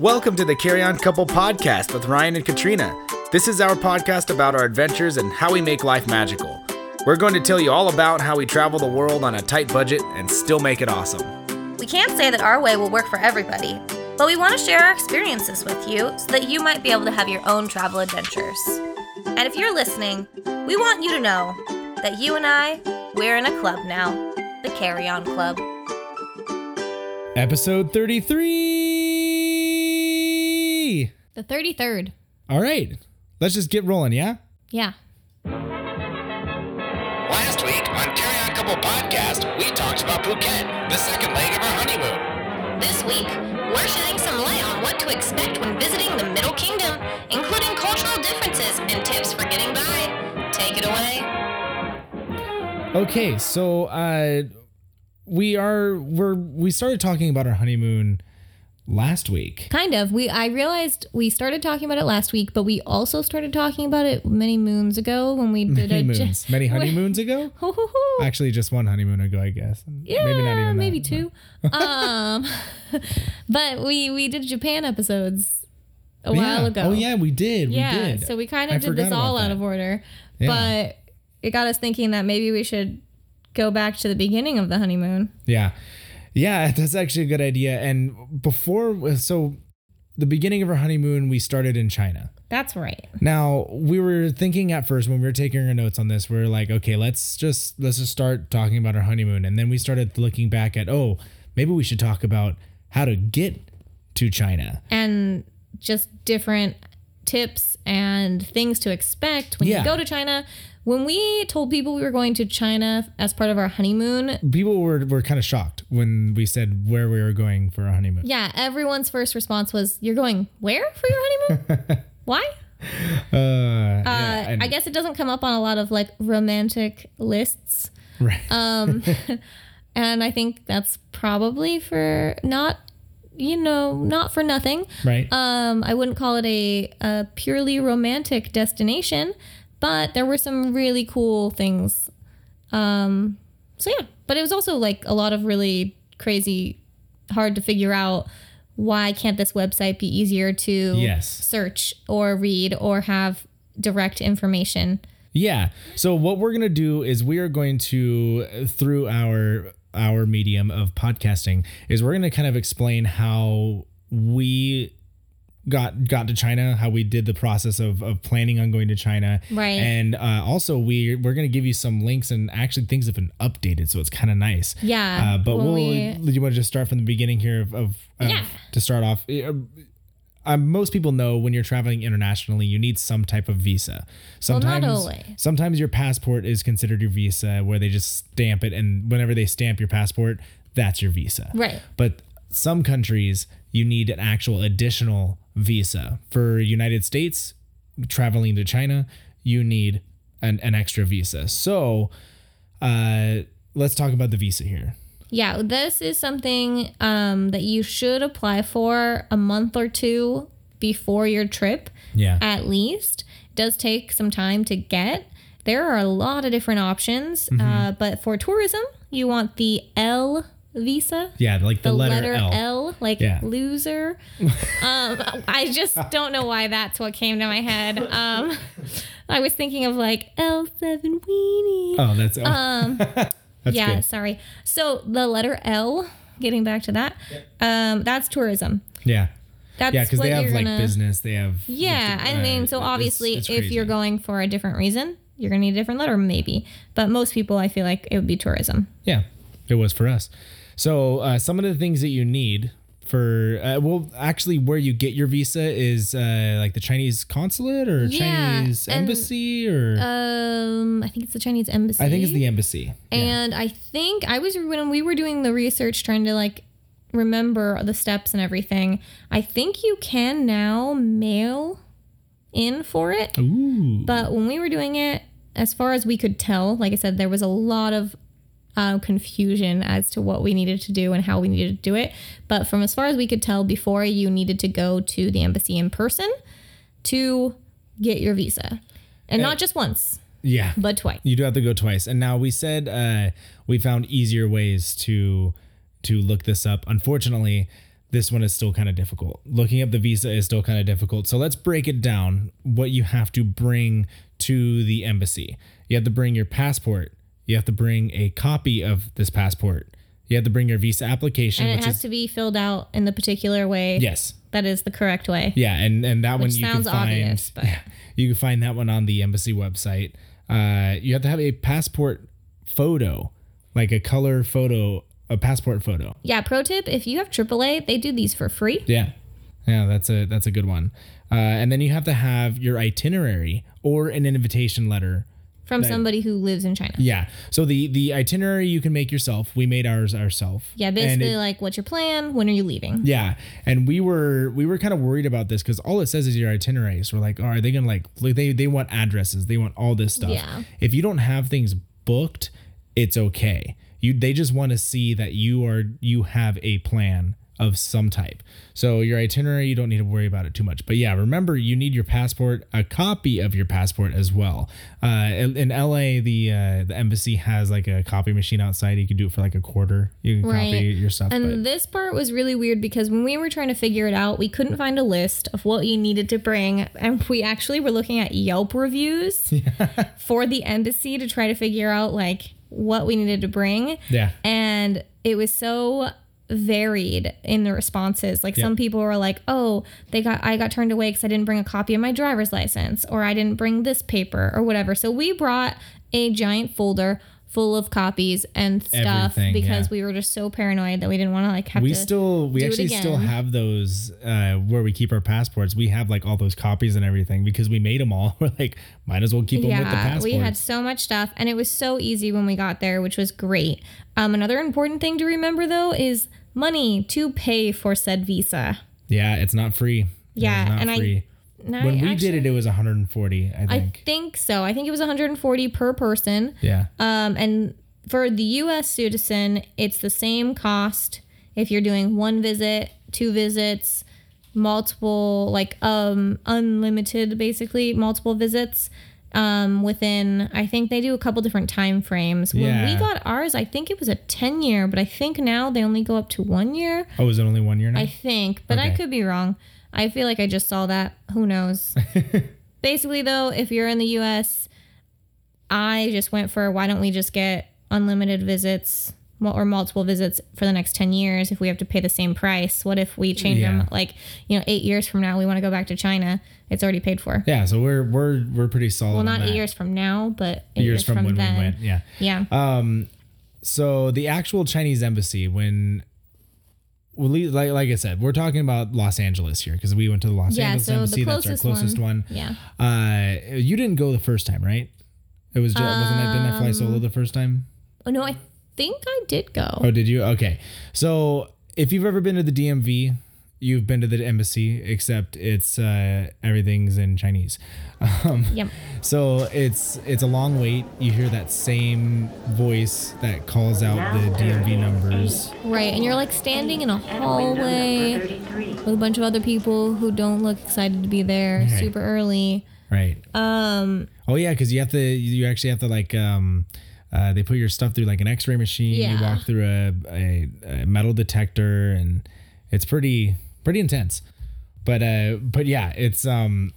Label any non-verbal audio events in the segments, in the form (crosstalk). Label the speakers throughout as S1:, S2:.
S1: Welcome to the Carry On Couple podcast with Ryan and Katrina. This is our podcast about our adventures and how we make life magical. We're going to tell you all about how we travel the world on a tight budget and still make it awesome.
S2: We can't say that our way will work for everybody, but we want to share our experiences with you so that you might be able to have your own travel adventures. And if you're listening, we want you to know that you and I, we're in a club now the Carry On Club.
S1: Episode 33.
S3: The 33rd.
S1: All right, let's just get rolling, yeah?
S3: Yeah.
S4: Last week on Carry On Couple Podcast, we talked about Phuket, the second leg of our honeymoon.
S2: This week, we're shedding some light on what to expect when visiting the Middle Kingdom, including cultural differences and tips for getting by. Take it away.
S1: Okay, so uh, we are we're we started talking about our honeymoon last week.
S3: Kind of. We I realized we started talking about it last week, but we also started talking about it many moons ago when we did
S1: Many
S3: a ju-
S1: moons, many honeymoons ago.
S3: (laughs) Ho, ho, ho.
S1: Actually, just one honeymoon ago, I guess.
S3: yeah, Eh, maybe,
S1: that.
S3: two.
S1: (laughs)
S3: um, (laughs) but we we did Japan episodes a while
S1: Yeah.
S3: ago.
S1: Oh yeah, we did.
S3: yeah.
S1: we did.
S3: So we kind
S1: I
S3: of did
S1: forgot
S3: this
S1: about
S3: all out
S1: that.
S3: of order,
S1: Yeah.
S3: but it got us thinking that maybe we should go back to the beginning of the honeymoon.
S1: Yeah. Yeah, (laughs) that's actually a good idea. And before so the beginning of our honeymoon, we started in China.
S3: That's right.
S1: Now, we were thinking at first when we were taking our notes on this, we were like, okay, let's just let's just start talking about our honeymoon. And then we started looking back at, oh, maybe we should talk about how to get to China.
S3: and just different tips and things to expect when
S1: Yeah.
S3: you go to China. When we told people we were going to China as part of our honeymoon,
S1: People were, were kind of shocked when we said where we were going for our honeymoon.
S3: yeah, everyone's first response was, You're going where for your honeymoon?
S1: (laughs)
S3: Why?
S1: Uh,
S3: Uh,
S1: yeah, and-
S3: I guess it doesn't come up on a lot of like romantic lists.
S1: (laughs) right.
S3: Um, and I think that's probably for not, you know, not for nothing.
S1: right.
S3: Um, I wouldn't call it a, a purely romantic destination, but there were some really cool things. Um, so yeah, but it was also like a lot of really crazy, hard to figure out why can't this website be easier to
S1: Yes.
S3: search or read or have direct information.
S1: Yeah. So what we're gonna do is we are going to uh, through our our medium of podcasting is we're gonna kind of explain how we got got to China, how we did the process of, of planning on going to China,
S3: Right.
S1: And uh, also we we're gonna give you some links and actually things have been updated, so it's kind of nice.
S3: Yeah,
S1: Uh, but
S3: when
S1: we'll
S3: we-
S1: you want to just start from the beginning here of, of, of
S3: Yeah.
S1: to start off. Uh, um, most people know when you're traveling internationally, you need some type of visa.
S3: not
S1: Sometimes,
S3: only.
S1: sometimes your passport is considered your visa, where they just stamp it, and whenever they stamp your passport, that's your visa.
S3: Right.
S1: But some countries, you need an actual additional visa. For United States, traveling to China, you need an, an extra visa. So, uh, let's talk about the visa here.
S3: Yeah, this is something um, that you should apply for a month or two before your trip.
S1: Yeah.
S3: at least. It does take some time to get. There are a lot of different options,
S1: Mm-hmm.
S3: uh, but for tourism, you want the L visa.
S1: yeah, like the,
S3: The
S1: letter, L.
S3: like
S1: Yeah. (laughs)
S3: loser. um, I just don't know why that's what came to my head. Um, I was thinking of like L seven weenie.
S1: Oh, that's oh, (laughs)
S3: Um,
S1: that's
S3: yeah,
S1: good.
S3: sorry. So the letter L. Getting back to that, um, that's tourism.
S1: Yeah.
S3: That's
S1: Yeah, because
S3: what
S1: they have
S3: you're
S1: like
S3: gonna-
S1: business. They have
S3: Yeah, I
S1: uh,
S3: mean, so
S1: it's-
S3: obviously,
S1: it's
S3: if
S1: crazy.
S3: you're going for a different reason, you're gonna need a different letter, maybe. But most people, I feel like it would be tourism.
S1: yeah, it was for us. So uh, some of the things that you need for uh, well, actually, where you get your visa is uh, like the Chinese consulate or
S3: Yeah,
S1: Chinese
S3: and-
S1: embassy or
S3: Um, I think it's the Chinese embassy.
S1: I think it's the embassy. yeah.
S3: And I think I was when we were doing the research, trying to like remember the steps and everything. I think you can now mail in for it,
S1: Ooh,
S3: but when we were doing it, as far as we could tell, like I said, there was a lot of uh, confusion as to what we needed to do and how we needed to do it. But from as far as we could tell, before you needed to go to the embassy in person to get your visa, and not just once,
S1: yeah.
S3: but twice.
S1: You do have to go twice. And now we said uh, we found easier ways to to look this up. Unfortunately, this one is still kind of difficult. Looking up the visa is still kind of difficult. So let's break it down what you have to bring to the embassy. You have to bring your passport. You have to bring a copy of this passport. You have to bring your visa application,
S3: and it
S1: which
S3: has
S1: is
S3: to be filled out in the particular way
S1: yes,
S3: that is the correct way.
S1: yeah, and and that one
S3: Which
S1: you can
S3: sounds
S1: find. (laughs)
S3: obvious, but-
S1: yeah, you can find that one on the embassy website. Uh, you have to have a passport photo, like a color photo, a passport photo.
S3: Yeah, pro tip if you have AAA, they do these for free.
S1: Yeah, yeah, that's a that's a good one. Uh, and then you have to have your itinerary or an invitation letter.
S3: From somebody who lives in China.
S1: Yeah. So the the itinerary you can make yourself. We made ours ourselves.
S3: Yeah, basically, like, what's your plan? When are you leaving?
S1: Yeah, and we were we were kind of worried about this because all it says is your itinerary. So we're like, oh, are they gonna like like they they want addresses, they want all this stuff.
S3: Yeah.
S1: If you don't have things booked, it's okay. You they just want to see that you are you have a plan of some type. So your itinerary, you don't need to worry about it too much. But yeah, remember you need your passport, a copy of your passport as well. Uh, in, in LA, the uh, the embassy has like a copy machine outside. You can do it for like a quarter. You can
S3: Right.
S1: copy your stuff.
S3: And
S1: but-
S3: this part was really weird because when we were trying to figure it out, we couldn't find a list of what you needed to bring. And we actually were looking at
S1: (laughs)
S3: Yelp reviews for the embassy to try to figure out like what we needed to bring.
S1: yeah.
S3: And it was so varied in the responses. Like some people were like, "Oh, they got I got turned away cuz I didn't bring a copy of my driver's license or I didn't bring this paper or whatever." So we brought a giant folder full of copies and stuff
S1: Everything,
S3: because
S1: yeah.
S3: we were just so paranoid that we didn't want to like have
S1: we
S3: to
S1: still we
S3: do it
S1: actually still
S3: again.
S1: have those uh where we keep our passports we have like all those copies and everything because we made them all (laughs) we're like might as well keep them with the
S3: Yeah,
S1: passports
S3: we had so much stuff, and it was so easy when we got there, which was great. Um, another important thing to remember though is money to pay for said visa.
S1: yeah it's not free It is
S3: Yeah,
S1: not
S3: and I-
S1: free.
S3: And I
S1: when we
S3: actually-
S1: did it it was 140 i think
S3: I think so. I think it was 140 per person.
S1: yeah
S3: Um, and for the U.S. citizen, it's the same cost if you're doing one visit, two visits, multiple, like um, unlimited, basically multiple visits. Um, within, I think they do a couple different time frames. When
S1: Yeah.
S3: we got ours, I think it was a 10 year, but I think now they only go up to one year.
S1: oh is it only one year now
S3: I think, but I
S1: Okay.
S3: could be wrong. I feel like I just saw that. Who
S1: (laughs)
S3: knows? Basically, though, if you're in the US, I just went for why don't we just get unlimited visits mu- or multiple visits for the next 10 years if we have to pay the same price? What if we change
S1: Yeah.
S3: them? Like, you know, eight years from now, we want to go back to China. It's already paid for.
S1: yeah so we're we're we're pretty solid
S3: Well,
S1: on
S3: not
S1: that.
S3: eight years from now, but eight
S1: years, from, when we went Uh, yeah
S3: Yeah.
S1: so the actual Chinese embassy when well, le- like, like I said, we're talking about Los Angeles here because we went to the Los
S3: yeah.
S1: Angeles
S3: So
S1: embassy.
S3: the closest,
S1: That's our closest one.
S3: Yeah.
S1: Uh, you didn't go the first time, right? It was just, wasn't I didn't I fly solo the first time?
S3: Oh, no, I think I did go.
S1: Oh, did you? Okay. So if you've ever been to the DMV, you've been to the embassy, except it's uh, everything's in Chinese. (laughs) Um,
S3: Yep.
S1: so it's it's a long wait. You hear that same voice that calls out the DMV numbers.
S3: Right, and you're like standing in a hallway with a bunch of other people who don't look excited to be there
S1: Right.
S3: super early.
S1: Right.
S3: Um,
S1: Oh yeah, because you have to. You actually have to like. Um, uh, they put your stuff through like an X-ray machine. You
S3: Yeah.
S1: walk through a, a, a metal detector, and it's pretty pretty intense. But uh, but yeah, it's um,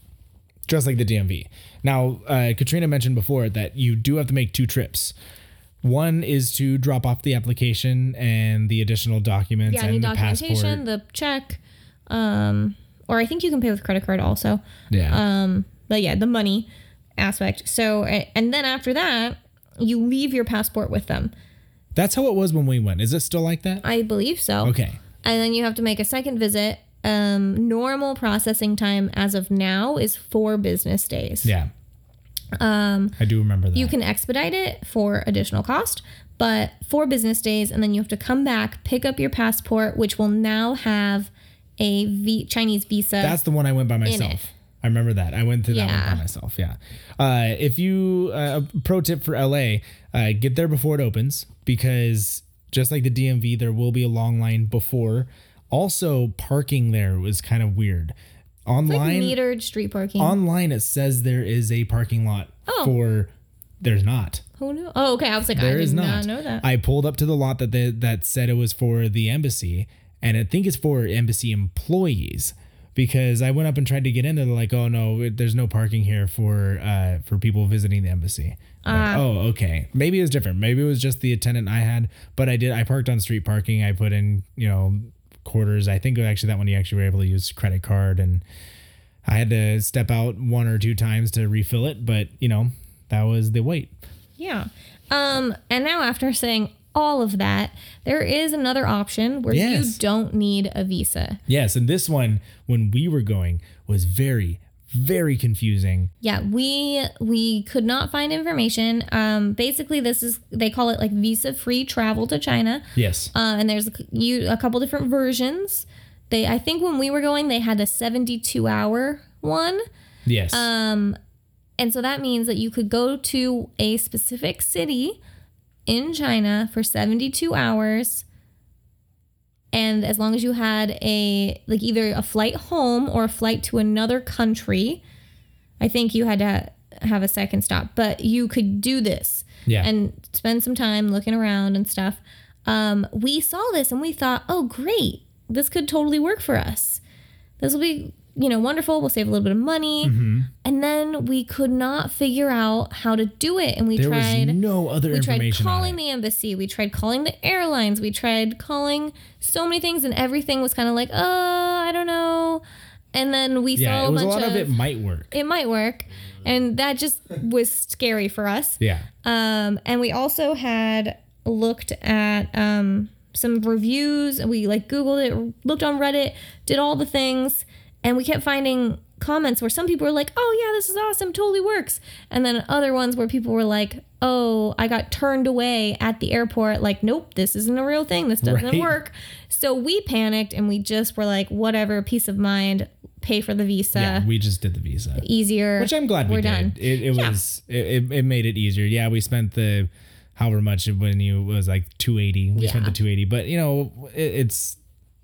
S1: just like the DMV. Now, uh, Katrina mentioned before that you do have to make two trips. One is to drop off the application and the additional documents
S3: yeah,
S1: and
S3: new
S1: the
S3: documentation,
S1: passport.
S3: the check, um, or I think you can pay with credit card also.
S1: yeah,
S3: Um, but yeah, the money aspect. So, a- and then after that, you leave your passport with them.
S1: that's how it was when we went. Is it still like that?
S3: I believe so.
S1: Okay.
S3: And then you have to make a second visit. Um, normal processing time as of now is four business days.
S1: Yeah. Um, I do remember that.
S3: You can expedite it for additional cost, but four business days, and then you have to come back, pick up your passport, which will now have a v- Chinese visa.
S1: That's the one I went by
S3: it.
S1: myself. I remember that. I went through that
S3: Yeah.
S1: one by myself. Yeah. Uh, if you, uh, a pro tip for LA, uh, get there before it opens because just like the DMV, there will be a long line before. Also, parking there was kind of weird.
S3: like
S1: Online,
S3: metered street parking.
S1: online it says there is a parking lot
S3: Oh.
S1: for. There's not.
S3: Who knew? Oh, okay. I was like, I
S1: There
S3: did
S1: is
S3: not.
S1: not.
S3: know that.
S1: I pulled up to the lot that they, that said it was for the embassy, and I think it's for embassy employees because I went up and tried to get in there. They're like, "Oh no, it- there's no parking here for uh, for people visiting the embassy." Like,
S3: Ah.
S1: oh, okay. Maybe it was different. Maybe it was just the attendant I had, but I did. I parked on street parking. I put in, you know, quarters. I think actually that one you actually were able to use credit card, and I had to step out one or two times to refill it. But you know, that was the wait.
S3: Yeah. Um, and now after saying all of that, there is another option where
S1: Yes.
S3: you don't need a visa.
S1: Yes, and this one when we were going was very, very confusing.
S3: Yeah, we we could not find information. Um, basically, this is they call it like visa-free travel to China.
S1: Yes.
S3: Uh, and there's a, c- you a couple different versions. They I think when we were going, they had a 72 hour one.
S1: yes.
S3: Uh, Um, And so that means that you could go to a specific city in China for 72 hours. And as long as you had a, like either a flight home or a flight to another country, I think you had to ha- have a second stop, but you could do this
S1: yeah.
S3: and spend some time looking around and stuff. Um, we saw this and we thought, oh, great, this could totally work for us. This will be, you know, wonderful. We'll save a little bit of money.
S1: Mm-hmm.
S3: And then we could not figure out how to do it. And we
S1: there
S3: tried.
S1: was no other
S3: we tried
S1: information. on
S3: calling
S1: it.
S3: the embassy. We tried calling the airlines. We tried calling so many things, and everything was kind of like, oh, I don't know. And then we
S1: yeah,
S3: saw a
S1: it was
S3: bunch
S1: a lot of, it might work.
S3: it might work, and that just was scary for us.
S1: Yeah.
S3: Um, and we also had looked at um, some reviews. We like Googled it, looked on Reddit, did all the things, and we kept finding comments where some people were like, "Oh yeah, this is awesome, totally works," and then other ones where people were like, "Oh, I got turned away at the airport. Like, nope, this isn't a real thing. This doesn't
S1: Right.
S3: work." So we panicked and we just were like, "Whatever, peace of mind. Pay for the visa."
S1: yeah. We just did the visa.
S3: Easier,
S1: Which I'm glad we
S3: we're
S1: did.
S3: done.
S1: It, it was it, it, it made it easier. Yeah, we spent the however much when you it was like 280. We spent
S3: Yeah.
S1: the 280, but you know, it, it's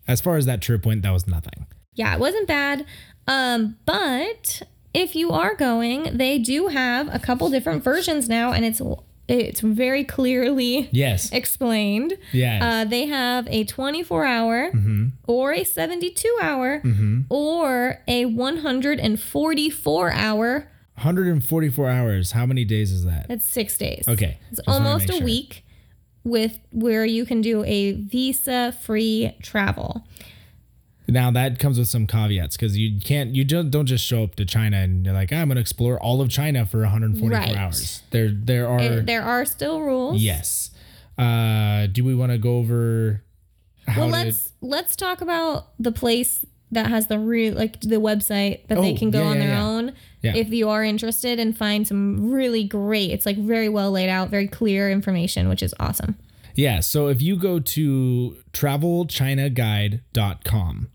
S1: as far as that trip went, that was nothing.
S3: yeah, it wasn't bad. Um, but if you are going, they do have a couple different versions now, and it's it's very clearly
S1: Yes.
S3: explained.
S1: Yeah.
S3: Uh, they have a 24 hour
S1: Mm-hmm.
S3: or a 72 hour or a 144 hour.
S1: 144 hours. How many days is that?
S3: That's six days.
S1: Okay.
S3: It's
S1: Just wanna
S3: almost
S1: make
S3: a
S1: sure.
S3: week with where you can do a visa free travel.
S1: Now that comes with some caveats because you can't you don't don't just show up to China and you're like "Ah, I'm gonna explore all of China for 144
S3: Right.
S1: hours. There there are
S3: And there are still rules.
S1: yes. Uh, do we want to go over? How
S3: well
S1: to-
S3: let's let's talk about the place that has the real like the website that they
S1: Oh,
S3: can go
S1: yeah,
S3: on
S1: yeah,
S3: their
S1: yeah.
S3: own
S1: Yeah.
S3: if you are interested and find some really great it's like very well laid out very clear information which is awesome
S1: yeah. So if you go to travelchinaguide.com,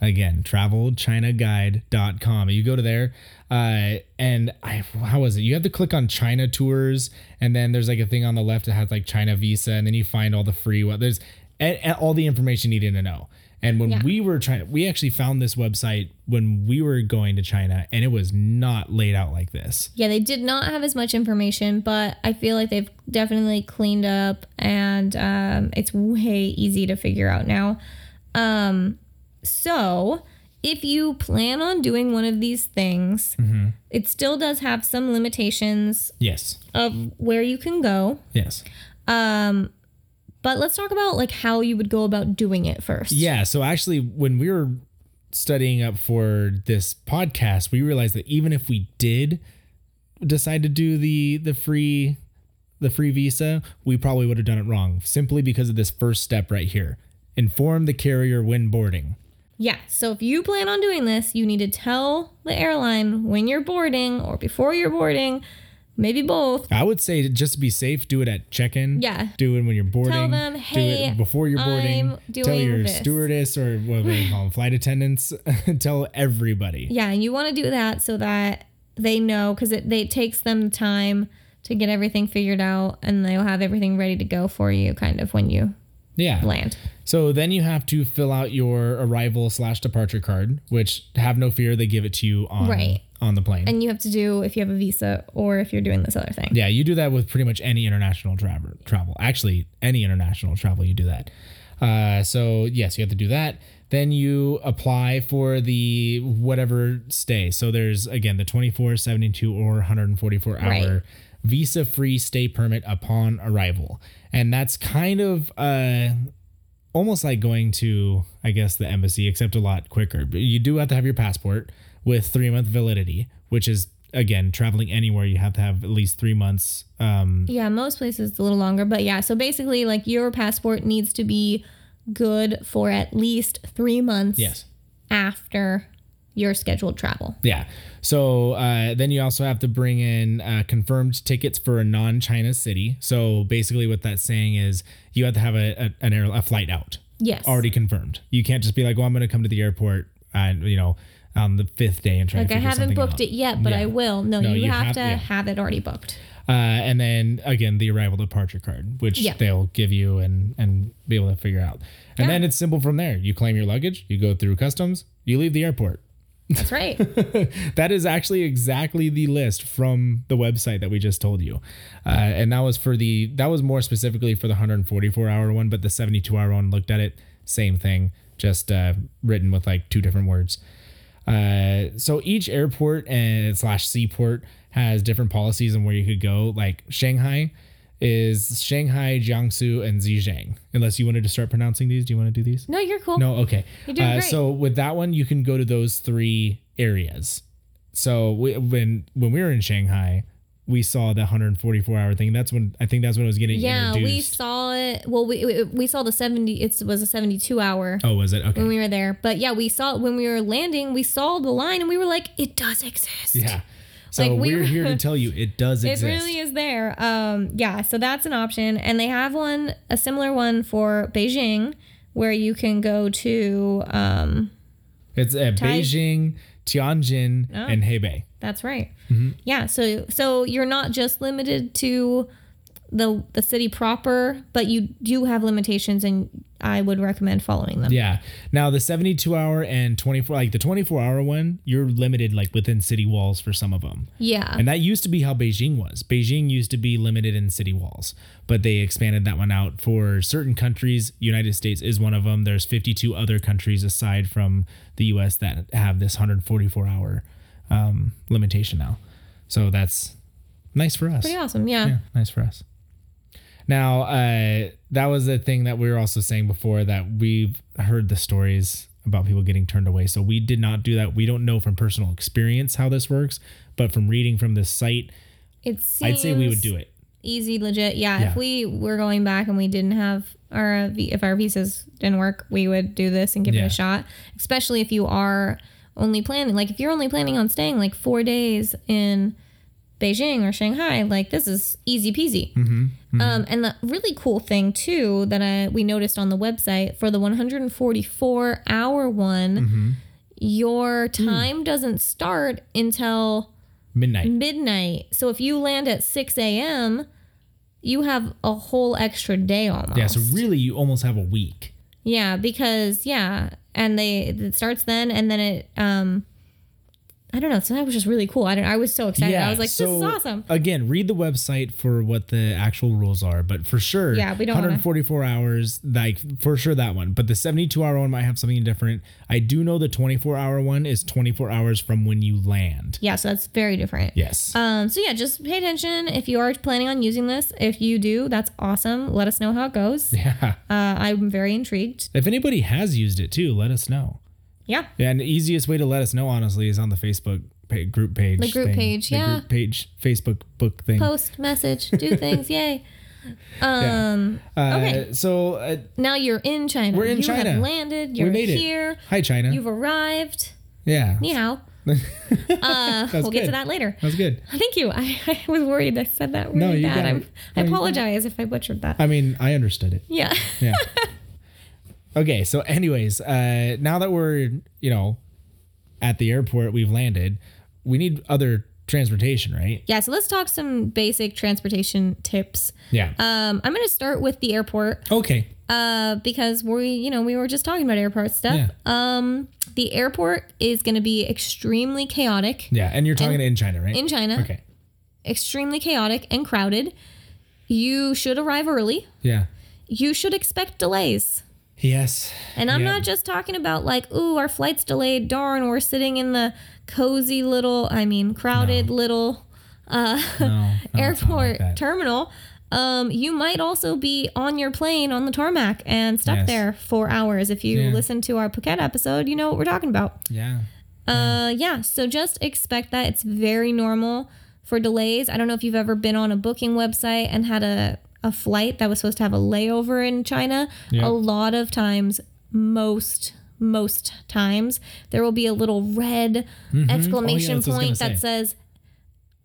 S1: again travelchinaguide.com you go to there uh, and i how was it you have to click on china tours and then there's like a thing on the left that has like china visa and then you find all the free what there's and, and all the information you need to know and when we were trying we actually found this website when we were going to china and it was not laid out like this
S3: yeah they did not have as much information but i feel like they've definitely cleaned up and um, it's way easy to figure out now um, so if you plan on doing one of these things
S1: Mm-hmm.
S3: it still does have some limitations
S1: yes
S3: of where you can go. Um,
S1: yes
S3: But let's talk about like how you would go about doing it first.
S1: Yeah. So actually, when we were studying up for this podcast, we realized that even if we did decide to do the the free the free visa, we probably would have done it wrong simply because of this first step right here. Inform the carrier when boarding.
S3: Yeah. So if you plan on doing this, you need to tell the airline when you're boarding or before you're boarding, maybe both.
S1: I would say to just to be safe, do it at check-in.
S3: Yeah.
S1: Do it when you're boarding.
S3: them,
S1: do
S3: "Hey,
S1: it before you're boarding.
S3: I'm
S1: tell
S3: doing
S1: your
S3: this."
S1: stewardess or what do they call them, flight attendants. (laughs) tell everybody.
S3: (laughs) Yeah, and you want to do that so that they know because it they it takes them time to get everything figured out and they'll have everything ready to go for you kind of when you
S1: Yeah.
S3: land.
S1: So then you have to fill out your arrival slash departure card, which have no fear they give it to you on
S3: Right.
S1: on the plane.
S3: And you have to do if you have a visa or if you're doing this other thing.
S1: yeah, you do that with pretty much any international travel. Travel, actually, any international travel, you do that. Uh, so yes, you have to do that. Then you apply for the whatever stay. So there's again the 24, 72, or 144 hour
S3: Right.
S1: visa free stay permit upon arrival. And that's kind of uh almost like going to I guess the embassy except a lot quicker. But you do have to have your passport with 3 month validity, which is again traveling anywhere you have to have at least 3 months um
S3: Yeah, most places it's a little longer, but yeah. So basically, like your passport needs to be good for at least three months.
S1: yes.
S3: After your scheduled travel.
S1: Yeah. So uh, then you also have to bring in uh, confirmed tickets for a non-China city. So basically, what that's saying is you have to have a a, an air, a flight out
S3: Yes.
S1: already confirmed. You can't just be like, "Well, I'm going to come to the airport," and you know, on the fifth day and try.
S3: Like
S1: to
S3: I
S1: figure
S3: haven't
S1: something
S3: booked
S1: out.
S3: it yet, but
S1: Yeah.
S3: I will. No,
S1: No,
S3: you,
S1: you
S3: have,
S1: have-
S3: to
S1: yeah.
S3: have it already booked.
S1: Uh, and then again, the arrival departure card, which
S3: Yeah.
S1: they'll give you and and be able to figure out. And then it's simple from there. You claim your luggage, you go through customs, you leave the airport.
S3: That's right.
S1: that is actually exactly the list from the website that we just told you uh, and that was for the that was more specifically for the 144 hour one but the 72 hour one looked at it same thing just uh, written with like two different words uh, so each airport and slash seaport has different policies on where you could go like shanghai is shanghai jiangsu and zhejiang unless you wanted to start pronouncing these do you want to do these
S3: no, you're cool.
S1: no, okay. Uh,
S3: doing great.
S1: So with that one, you can go to those three areas. So we, when when we were in Shanghai, we saw the 144 hour thing. That's when I think that's when it was getting
S3: Yeah, we
S1: introduced.
S3: saw it. Well, we we- we saw the seventy. It was a seventy-two hour
S1: oh, was it okay?
S3: when we were there. But yeah, we saw it when we were landing. We saw the line, and we were like, "It does exist."
S1: yeah. So
S3: Like, we
S1: we are
S3: were-
S1: here to tell you it does
S3: (laughs) It
S1: exist.
S3: really is there. Um, yeah, so that's an option. And they have one, a similar one for Beijing, where you can go to, um,
S1: It's at
S3: Tai-
S1: Beijing, Tianjin,
S3: Oh.
S1: and Hebei.
S3: that's right.
S1: Mm-hmm.
S3: Yeah, so so you're not just limited to the the city proper, but you do have limitations, and I would recommend following them.
S1: Yeah. Now the 72 hour and 24 like the 24 hour one, you're limited like within city walls for some of them.
S3: Yeah.
S1: And that used to be how Beijing was. Beijing used to be limited in city walls, but they expanded that one out for certain countries. United States is one of them. There's 52 other countries aside from the U.S. that have this 144 hour um, limitation now. So that's nice for us.
S3: Pretty awesome. Yeah.
S1: Yeah, nice for us. Now, uh, that was the thing that we were also saying before that we've heard the stories about people getting turned away. So we did not do that. We don't know from personal experience how this works, but from reading from this site,
S3: It seems
S1: I'd say we would do it.
S3: easy, legit. Yeah,
S1: Yeah.
S3: If we were going back and we didn't have our uh, vi- if our visas didn't work, we would do this and give it
S1: Yeah.
S3: a shot. Especially if you are only planning, like if you're only planning on staying like four days in Beijing or Shanghai, like this is easy peasy.
S1: Mm-hmm,
S3: Um, and the really cool thing too that I we noticed on the website for the 144 hour one.
S1: Mm-hmm.
S3: Your
S1: Hmm.
S3: time doesn't start until Mm.
S1: Midnight.
S3: midnight. So if you land at 6 a.m., you have a whole extra day almost.
S1: Yeah. So really, you almost have a week.
S3: Yeah, because yeah, and they it starts then, and then it um, I don't know. So that was just really cool. I don't. I was so excited. I was like, this is awesome.
S1: Again, read the website for what the actual rules are, but for sure,
S3: Yeah, we don't wanna-
S1: 144 hours, like for sure that one. But the 72 hour one might have something different. I do know the 24 hour one is 24 hours from when you land.
S3: Yeah, so that's very different.
S1: Yes.
S3: Um, so yeah, just pay attention if you are planning on using this. If you do, that's awesome. Let us know how it
S1: (laughs)
S3: goes.
S1: yeah.
S3: Uh, I'm very intrigued.
S1: If anybody has used it too, let us know.
S3: Yeah.
S1: And the easiest way to let us know, honestly, is on the Facebook pa- group page.
S3: The group
S1: thing.
S3: page,
S1: The
S3: yeah.
S1: group page, Facebook book thing.
S3: Post, message,
S1: (laughs)
S3: do things, yay. Um,
S1: Uh,
S3: okay.
S1: So uh,
S3: now you're in China.
S1: We're in
S3: you
S1: China.
S3: have landed. You're
S1: we made
S3: here.
S1: it. Hi, China.
S3: You've arrived.
S1: yeah. (laughs)
S3: Ni hao. Uh, we'll get
S1: good.
S3: to that later.
S1: That was good.
S3: Thank you. I, (laughs) I was worried I said that really
S1: No, you
S3: bad.
S1: got
S3: I'm,
S1: it.
S3: I
S1: No, you got it.
S3: apologize if I butchered that.
S1: I mean, I understood it.
S3: yeah. (laughs)
S1: Yeah. okay, so anyways, uh now that we're, you know, at the airport, we've landed, we need other transportation, right?
S3: Yeah. So let's talk some basic transportation tips.
S1: Yeah.
S3: Um, I'm going to start with the airport
S1: okay.
S3: uh, because we, you know, we were just talking about airport stuff.
S1: Yeah.
S3: Um, the airport is going to be extremely chaotic
S1: Yeah, and you're talking in China, right?
S3: in China,
S1: Okay.
S3: extremely chaotic and crowded. You should arrive early.
S1: Yeah.
S3: You should expect delays. (laughs)
S1: Yes.
S3: And I'm
S1: Yeah.
S3: not just talking about like, ooh, our flight's delayed. Darn, we're sitting in the cozy little, I mean, crowded little uh,
S1: No, no, it's not like
S3: airport
S1: that.
S3: terminal. Um, you might also be on your plane on the tarmac and stuck
S1: Yes.
S3: there for hours. If you
S1: Yeah.
S3: listen to our Phuket episode, you know what we're talking about.
S1: Yeah.
S3: Uh, yeah. So just expect that it's very normal for delays. I don't know if you've ever been on a booking website and had a a flight that was supposed to have a layover in China.
S1: Yeah.
S3: A lot of times, most most times, there will be a little red
S1: Mm-hmm. Oh,
S3: exclamation
S1: that's what I was
S3: point
S1: gonna
S3: that
S1: say.
S3: says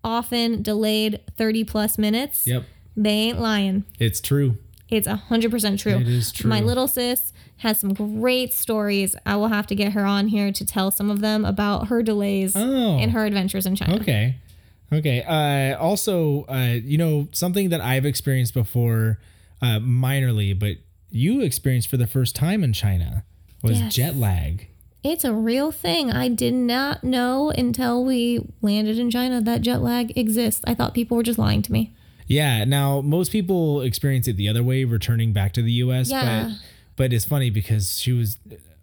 S3: often delayed 30 plus minutes.
S1: Yep.
S3: They ain't lying.
S1: It's true.
S3: It's 100% true.
S1: It is true.
S3: My little sis has some great stories. I will have to get her on here to tell some of them about her delays
S1: Oh.
S3: and her adventures in China.
S1: Okay. Okay. Uh, also, uh, you know, something that I've experienced before, uh, minorly, but you experienced for the first time in China was
S3: Yes.
S1: jet lag.
S3: It's a real thing. I did not know until we landed in China that jet lag exists. I thought people were just lying to me.
S1: Yeah. Now, most people experience it the other way, returning back to the U.S.
S3: Yeah.
S1: But, but it's funny because she was.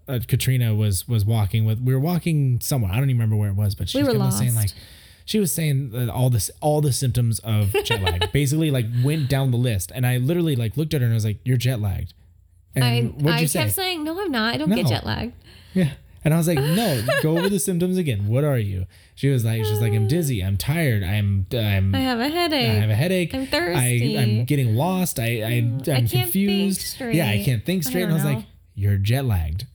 S1: Uh, Katrina was was walking with we were walking somewhere I don't even remember where it was but she
S3: We
S1: was
S3: were
S1: kinda saying like
S3: lost.
S1: she was saying that all this all the symptoms
S3: (laughs)
S1: of jet lag basically like went down the list and I literally like looked at her and I was like you're jet lagged and
S3: I,
S1: what'd
S3: I
S1: you
S3: kept
S1: say
S3: saying, no, I'm not. I don't get
S1: No.
S3: jet lag.
S1: yeah. And I was like, no, go over the symptoms again. What are you? She was like, she's like, I'm dizzy. I'm tired. I'm, I'm,
S3: I
S1: I
S3: have a headache.
S1: have a headache.
S3: I'm
S1: I,
S3: thirsty.
S1: am getting lost. I, I, I'm
S3: I can't think
S1: confused. Yeah, I
S3: straight.
S1: can't think
S3: I
S1: straight.
S3: don't
S1: and I was
S3: know.
S1: like, you're jet lagged.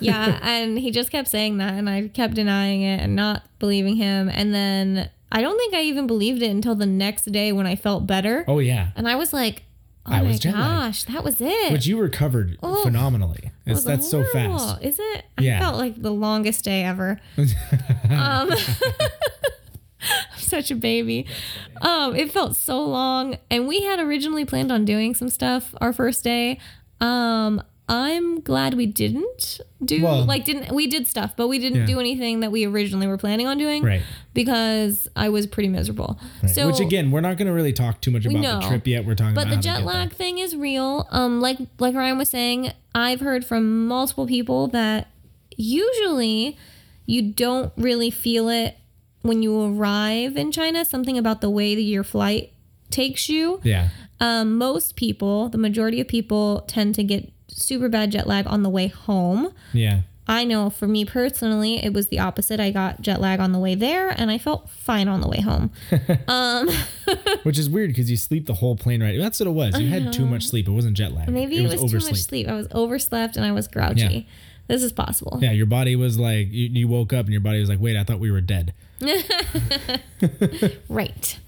S3: yeah (laughs) and he just kept saying that and i kept denying it and not believing him and then i don't think i even believed it until the next day when i felt better
S1: oh yeah.
S3: and i was like oh
S1: I
S3: my
S1: was jet-lagged.
S3: gosh that was it
S1: But you recovered
S3: Oh,
S1: phenomenally.
S3: That
S1: It's,
S3: was
S1: that's so fast.
S3: horrible, is it
S1: Yeah.
S3: i felt like the longest
S1: (laughs)
S3: day ever um (laughs) I'm such a baby um it felt so long and we had originally planned on doing some stuff our first day um i'm glad we didn't do
S1: Well-
S3: like didn't we did stuff but we didn't
S1: Yeah.
S3: do anything that we originally were planning on doing
S1: Right.
S3: because i was pretty miserable
S1: Right.
S3: so
S1: Which again, we're not going to really talk too much about the
S3: know.
S1: trip yet. We're talking
S3: but
S1: about
S3: the
S1: how to
S3: jet
S1: get there.
S3: lag thing is real. Um, like like Ryan was saying, I've heard from multiple people that usually you don't really feel it when you arrive in China. Something about the way that your flight takes you.
S1: Yeah.
S3: Um, most people, the majority of people, tend to get super bad jet lag on the way home. (laughs)
S1: Yeah.
S3: I know for me personally, it was the opposite. I got jet lag on the way there, and I felt fine on the way home.
S1: Which is weird because you sleep the whole plane ride. That's what it was. You had too much sleep. It wasn't jet lag.
S3: Uh-huh. Maybe it was, too much sleep. I was overslept and I was grouchy.
S1: Yeah.
S3: This is possible.
S1: Yeah, your body was like you, you woke up and your body was like, wait, I thought we were dead.
S3: Right.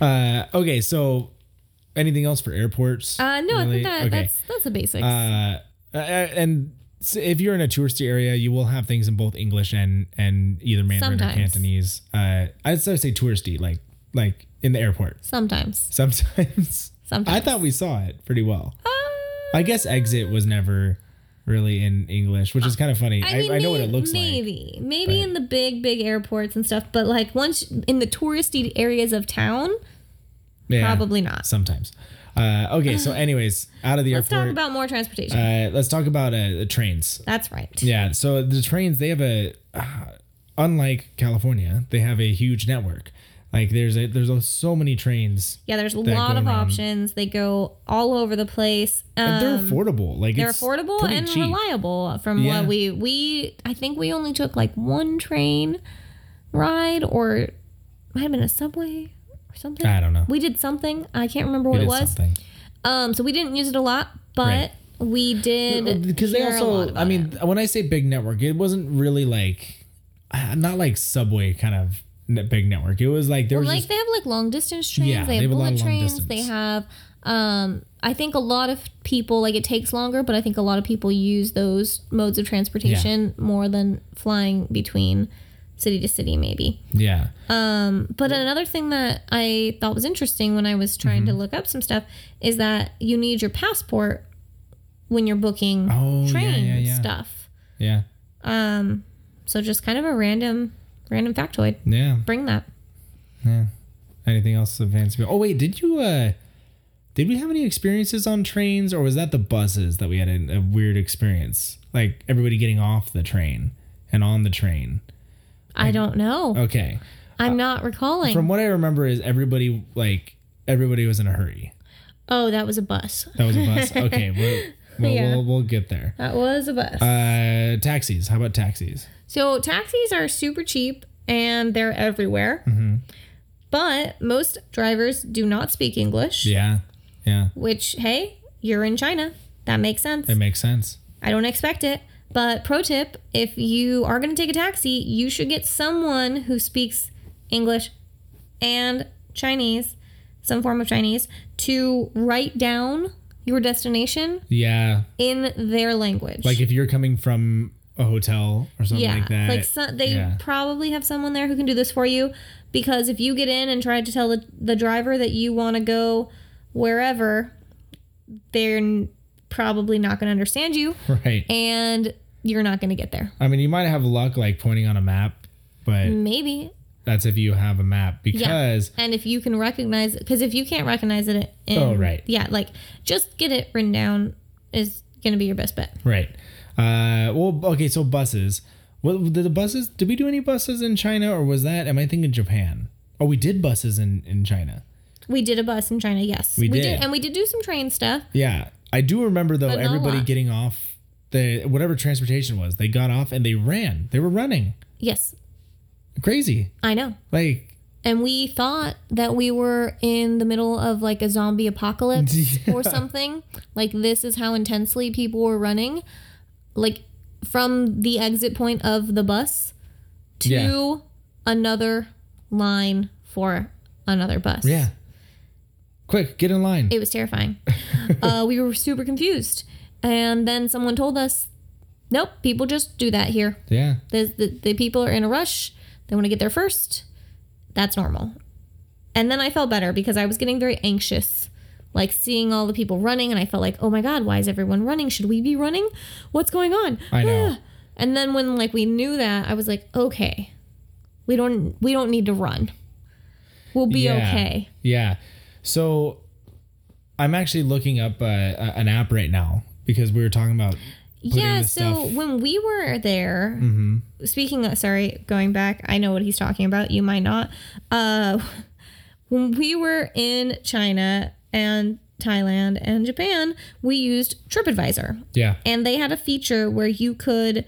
S1: Uh, okay, so anything else for airports?
S3: Uh, no,
S1: Really?
S3: I think that that's that's the basics.
S1: Uh, uh, and so if you're in a touristy area, you will have things in both English and and either Mandarin or
S3: Sometimes.
S1: Cantonese. Uh, I'd sort of say touristy, like like in the airport (laughs)
S3: sometimes. Uh,
S1: sometimes. I
S3: Sometimes.
S1: thought we saw it pretty well. I guess exit was never really in English, which is kind of funny. I, I, know what it
S3: maybe-
S1: looks like.
S3: Maybe, maybe in the big, big airports and stuff, but like once in the touristy areas of town,
S1: Yeah,
S3: probably not.
S1: Sometimes. Uh, okay,
S3: (sighs)
S1: so anyways, out of the
S3: Let's talk
S1: airport.
S3: about more transportation.
S1: uh, let's talk about uh, the trains.
S3: that's right.
S1: Yeah, so the trains they have a, uh, unlike California, they have a huge network. Like there's a there's a, so many trains.
S3: Yeah, there's a
S1: that
S3: lot
S1: go
S3: of
S1: around.
S3: options. They go all over the place. Um,
S1: And they're affordable. Like
S3: they're
S1: it's
S3: affordable
S1: pretty
S3: and
S1: cheap.
S3: reliable from
S1: Yeah.
S3: what we we i think we only took like one train ride or might have been a subway or something
S1: I don't know.
S3: we did something i can't remember
S1: We
S3: what it
S1: did
S3: was
S1: something.
S3: um so we didn't use it a lot but
S1: Right.
S3: we did
S1: Oh, because they
S3: hear a lot
S1: also i
S3: about it.
S1: mean when i say big network it wasn't really like uh, not like subway kind of ne- big network it was like there was
S3: like
S1: just,
S3: they have like long distance trains
S1: Yeah,
S3: they have
S1: they have a lot of
S3: bullet
S1: long
S3: trains they
S1: distance.
S3: have um i think a lot of people like it takes longer but i think a lot of people use those modes of transportation more than flying between city to city maybe Um,
S1: yeah
S3: But another thing that I thought was interesting when I was trying
S1: Mm-hmm.
S3: to look up some stuff is that you need your passport when you're booking
S1: Oh, yeah,
S3: train
S1: yeah, yeah.
S3: stuff.
S1: yeah
S3: Um, So just kind of a random random factoid.
S1: yeah
S3: Bring that.
S1: anything else of Vance oh wait did you uh Did we have any experiences on trains, or was that the buses that we had a, a weird experience? Like everybody getting off the train and on the train.
S3: I don't know.
S1: Okay.
S3: I'm not recalling.
S1: From what I remember, is everybody like everybody was in a hurry.
S3: oh, that was a bus.
S1: That was a
S3: (laughs)
S1: bus. Okay, we'll, we'll,
S3: Yeah.
S1: we'll we'll get there.
S3: That was a bus.
S1: Uh, taxis. How about taxis?
S3: So taxis are super cheap and they're everywhere.
S1: Mm-hmm.
S3: But most drivers do not speak English,
S1: Yeah, yeah,
S3: which, hey, you're in China. That makes sense.
S1: it makes sense.
S3: I don't expect it. But pro tip if you are going to take a taxi, you should get someone who speaks English and Chinese, some form of Chinese, to write down your destination
S1: Yeah,
S3: in their language.
S1: like if you're coming from a hotel or something
S3: yeah,
S1: like that.
S3: so, they
S1: yeah.
S3: probably have someone there who can do this for you, because if you get in and try to tell the, the driver that you want to go wherever, they're n- probably not going to understand you,
S1: (laughs) right.
S3: and you're not going to get there.
S1: I mean, you might have luck like pointing on a map, but
S3: Mm. Maybe,
S1: that's if you have a map because
S3: and if you can recognize, because if you can't recognize it, in,
S1: Oh, right.
S3: yeah, like just get it written down is going to be your best bet.
S1: right. Uh, well, okay. So buses. What did the buses? Did we do any buses in China or was that? Am I thinking Japan? Oh, we did buses in in China.
S3: We did a bus in China, yes,
S1: We
S3: did,
S1: did.
S3: and we did do some train stuff.
S1: Yeah, I do remember though.
S3: But not a
S1: Everybody
S3: lot.
S1: getting off the whatever transportation was. They got off and they ran. They were running.
S3: Yes,
S1: Crazy.
S3: I know.
S1: Like
S3: and we thought that we were in the middle of like a
S1: (laughs)
S3: zombie apocalypse or something. Like this is how intensely people were running, like from the exit point of the bus to
S1: Yeah.
S3: another line for another bus.
S1: yeah. Quick, get in line.
S3: It was
S1: (laughs)
S3: terrifying. uh, we were super confused, and then someone told us, "Nope, people just do that here.
S1: yeah.
S3: The, the, the people are in a rush. They want to get there first. That's normal. And then I felt better because I was getting very anxious, like seeing all the people running. And I felt like, oh my God, why is everyone running? Should we be running? What's going on?
S1: I know.
S3: Ah. And then when like we knew that, I was like, okay, we don't we don't need to run. We'll be
S1: yeah.
S3: okay.
S1: Yeah. So I'm actually looking up uh, a- an app right now because we were talking about putting
S3: yeah.
S1: this
S3: So
S1: stuff- Mm-hmm.
S3: when we were there, speaking of, sorry, going back, I know what he's talking about. You might not. Uh, (laughs) when we were in China and Thailand and Japan, we used TripAdvisor
S1: yeah.
S3: and they had a feature where you could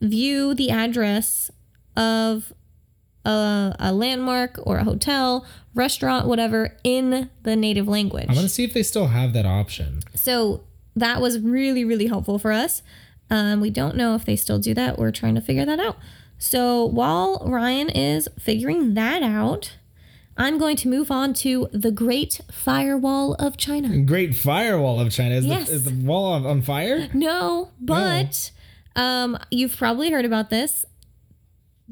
S3: view the address of a, a landmark or a hotel, restaurant, whatever, in the native language.
S1: I'm gonna see if they still have that option.
S3: So that was really, really helpful for us. Um, we don't know if they still do that. We're trying to figure that out. So while Ryan is figuring that out, I'm going to move on to the Great Firewall of China.
S1: Great Firewall of China is,
S3: Yes.
S1: the, is the wall on, on fire?
S3: No, but um, you've probably heard about this.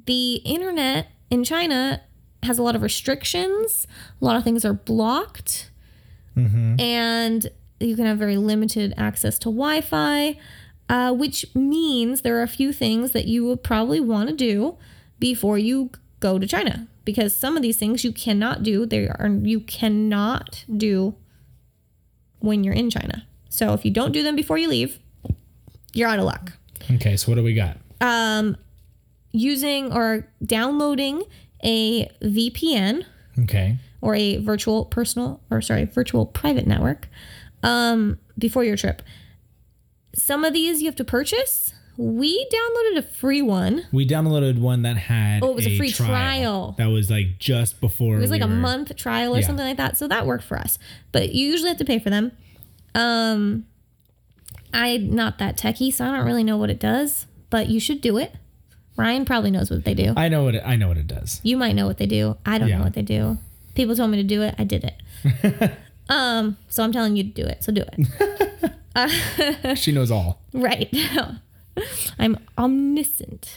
S3: The internet in China has a lot of restrictions, a lot of things are blocked. and you can have very limited access to Wi Fi, uh, which means there are a few things that you will probably want to do before you go to China because some of these things you cannot do. They are you cannot do when you're in China. So if you don't do them before you leave, you're out of luck Um,
S1: Okay, so what do we got?
S3: using or downloading a VPN
S1: Okay.
S3: or a virtual personal or sorry virtual private network um, before your trip some of these you have to purchase we downloaded a free one it
S1: We downloaded one that had
S3: Oh, it was a free trial.
S1: That was like just before It
S3: was like a month trial or something like that so that worked for us but you usually have to pay for them um, i'm not that techie so i don't really know what it does but you should do it ryan probably knows what they do
S1: I know what it, I know what it
S3: (laughs)
S1: does.
S3: You might know what they do. I don't
S1: Yeah.
S3: know what they do. People told me to do it. I did it. um, so I'm telling you to do it. So do it.
S1: She knows all.
S3: right. (laughs) I'm omniscient.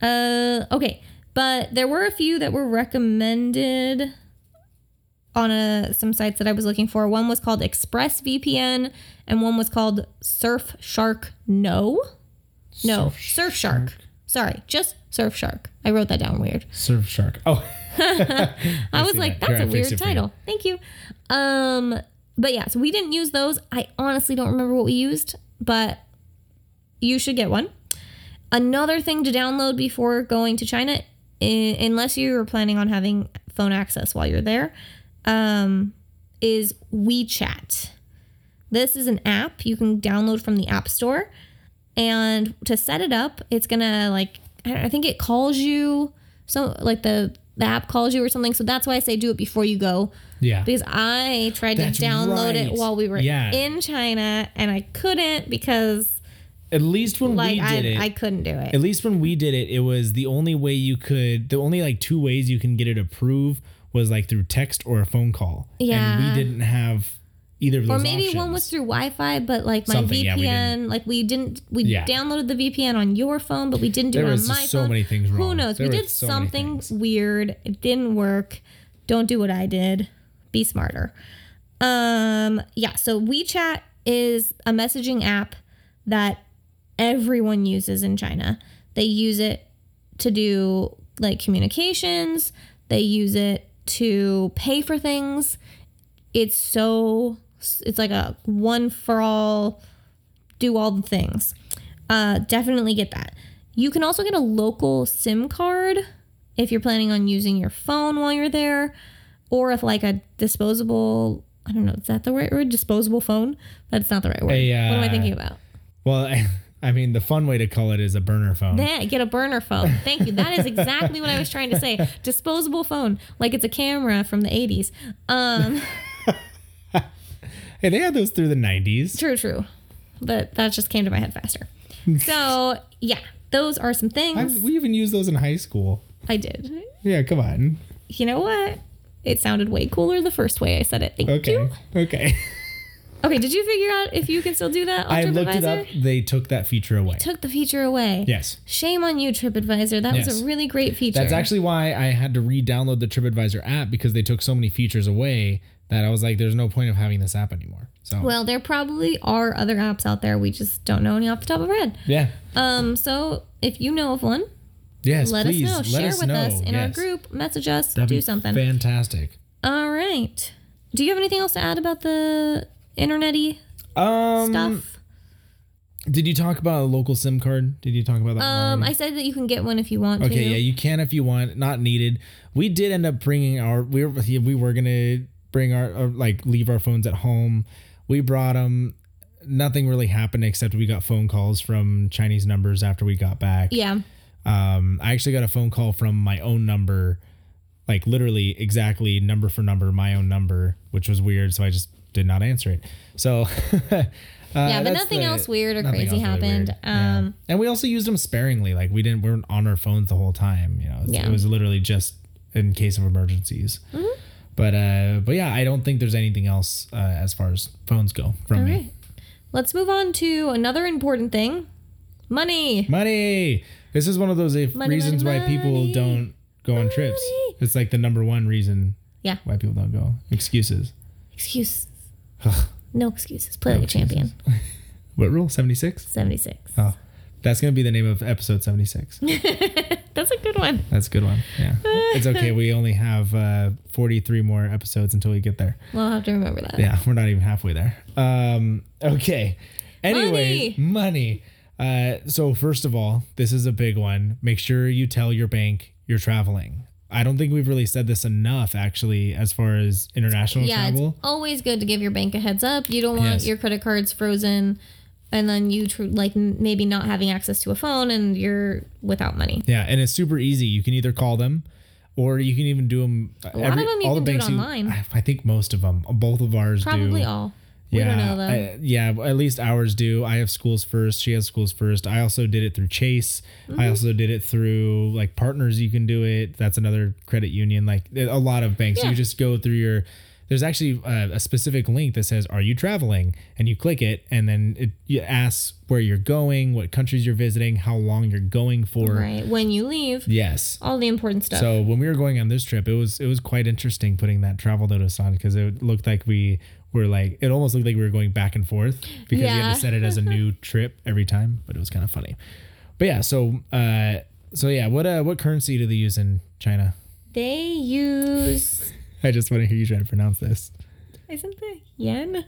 S3: Uh, okay. But there were a few that were recommended on a, some sites that I was looking for. One was called ExpressVPN, and one was called Surfshark No. No, Surfshark. Surfshark. Sorry, just Surfshark. I wrote that down weird.
S1: Surf Shark. Oh,
S3: I was
S1: see
S3: like,
S1: that.
S3: that's
S1: Here,
S3: a
S1: I
S3: weird
S1: fixed it for you.
S3: title. Thank you. Um, but yeah, so we didn't use those. I honestly don't remember what we used, but you should get one. Another thing to download before going to China, i- unless you are planning on having phone access while you're there, um, is WeChat. This is an app you can download from the App Store. And to set it up, it's gonna like I don't- I think it calls you so like the the app calls you or something. So that's why I say do it before you go
S1: yeah.
S3: because I tried
S1: That's
S3: to download it
S1: right.
S3: while we were
S1: Yeah.
S3: in China and I couldn't because
S1: At least when
S3: like
S1: we
S3: I,
S1: did it.
S3: I couldn't do it.
S1: at least when we did it, it was the only way you could, the only like two ways you can get it approved was like through text or a phone call.
S3: Yeah.
S1: And we didn't have either of those
S3: or maybe
S1: options.
S3: one was through Wi-Fi, but like my
S1: Something, yeah,
S3: VPN,
S1: we
S3: like we didn't, we
S1: Yeah.
S3: downloaded the VPN on your phone, but we didn't do
S1: There
S3: it on
S1: was
S3: my
S1: just so
S3: phone.
S1: many things
S3: Who
S1: wrong.
S3: knows?
S1: There
S3: we
S1: was
S3: did
S1: so many
S3: something
S1: things.
S3: weird. It didn't work. Don't do what I did. Be smarter. Um, yeah. So WeChat is a messaging app that everyone uses in China. They use it to do like communications. They use it to pay for things. It's so it's like a one for all do all the things. Uh definitely get that. You can also get a local SIM card if you're planning on using your phone while you're there or if like a disposable I don't know, is that the right word? Disposable phone? That's not the right word.
S1: A,
S3: what am I
S1: uh,
S3: thinking about?
S1: Well, (laughs) I, I mean, the fun way to call it is a burner phone.
S3: Yeah, get a burner phone. Thank you. That is exactly what I was trying to say. Disposable phone, like it's a camera from the 80s. Um, (laughs)
S1: hey, they had those through the 90s.
S3: true, true. But that just came to my head faster. So, yeah, those are some
S1: I,
S3: things
S1: we even used those in high school.
S3: I did.
S1: Yeah, come on.
S3: You know what? It sounded way cooler the first way I said it. Thank
S1: Okay.
S3: you.
S1: Okay. (laughs)
S3: Okay, did you figure out if you can still do that on
S1: I looked it up.
S3: TripAdvisor?
S1: They took that feature away.
S3: Took the feature away.
S1: Yes.
S3: Shame on you, TripAdvisor. That
S1: Yes.
S3: was a really great feature.
S1: That's actually why I had to re-download the TripAdvisor app because they took so many features away that I was like, there's no point of having this app anymore. So
S3: Well, there probably are other apps out there. We just don't know any off the top of our head.
S1: yeah,
S3: Um, so if you know of one,
S1: yes,
S3: let
S1: please
S3: us know.
S1: let
S3: Share
S1: us
S3: with
S1: know.
S3: us in our
S1: Yes.
S3: group. Message us.
S1: That'd
S3: do
S1: be
S3: something.
S1: Fantastic.
S3: All right. Do you have anything else to add about the internety
S1: Um,
S3: stuff?
S1: did you talk about a local SIM card? Did you talk about that?
S3: Um,
S1: already?
S3: I said that you can get one if you want to.
S1: okay, yeah, you can if you want. Not needed. We did end up bringing our. We were we were gonna bring our or like leave our phones at home. We brought them. Nothing really happened except we got phone calls from Chinese numbers after we got back.
S3: Yeah.
S1: Um, I actually got a phone call from my own number, like literally exactly number for number, my own number, which was weird. So I just did not answer it. So, (laughs) uh,
S3: Yeah, but
S1: that's
S3: nothing
S1: the-
S3: else weird or
S1: nothing else
S3: crazy
S1: really
S3: happened.
S1: weird. Yeah.
S3: Um,
S1: And we also used them sparingly. Like we didn't, we weren't on our phones the whole time. You know, It's-
S3: Yeah. Mm-hmm.
S1: it was literally just in case of emergencies. But, uh, but yeah, I don't think there's anything else uh, as far as phones go from
S3: All
S1: me.
S3: right. Let's move on to another important thing money.
S1: Money. This is one of those if
S3: Money,
S1: reasons
S3: money,
S1: why people
S3: money.
S1: don't go on trips.
S3: Money.
S1: It's like the number one reason
S3: Yeah.
S1: why people don't go. Excuses. (laughs)
S3: Excuse. no excuses. Play like a champion.
S1: What rule? 76?
S3: 76.
S1: Oh, that's going to be the name of episode
S3: (laughs)
S1: 76.
S3: That's a good one.
S1: That's a good one. Yeah. It's okay. We only have uh, 43 more episodes until we get
S3: (laughs)
S1: there.
S3: We'll have to remember that.
S1: Yeah, we're not even halfway there. Um, okay. Anyway, money. Uh, so first of all, this is a big one. Make sure you tell your bank you're traveling. I don't think we've really said this enough, actually, as far as international
S3: yeah,
S1: travel.
S3: it's always good to give your bank a heads up. You don't want
S1: Yes.
S3: your credit cards frozen, and then you tr- like n- maybe not having access to a phone and you're without money.
S1: Yeah, and it's super easy. You can either call them, or you can even do uh, them. A
S3: lot of 'em you can do it online.
S1: I, I think most of them. Both of ours do.
S3: Probably all.
S1: Yeah,
S3: we don't know though.
S1: I- yeah, at least ours do. I have schools first. She has schools first. I also did it through Chase.
S3: Mm-hmm.
S1: I also did it through like partners. You can do it. That's another credit union. Like a lot of banks,
S3: Yeah.
S1: you just go through your. There's actually uh, a, a specific link that says "Are you traveling?" and you click it, and then it, it asks where you're going, what countries you're visiting, how long you're going for.
S3: right when you leave,
S1: Yes.
S3: all the important stuff.
S1: So when we were going on this trip, it was it was quite interesting putting that travel notice on because it looked like we were like it almost looked like we were going back and forth because we had
S3: Yeah.
S1: to set it as a new trip every time, but it was kind of funny. But yeah, so uh, so yeah, what uh, what currency do they use in China?
S2: They use
S1: I just want to hear you try to pronounce this.
S2: isn't that yen?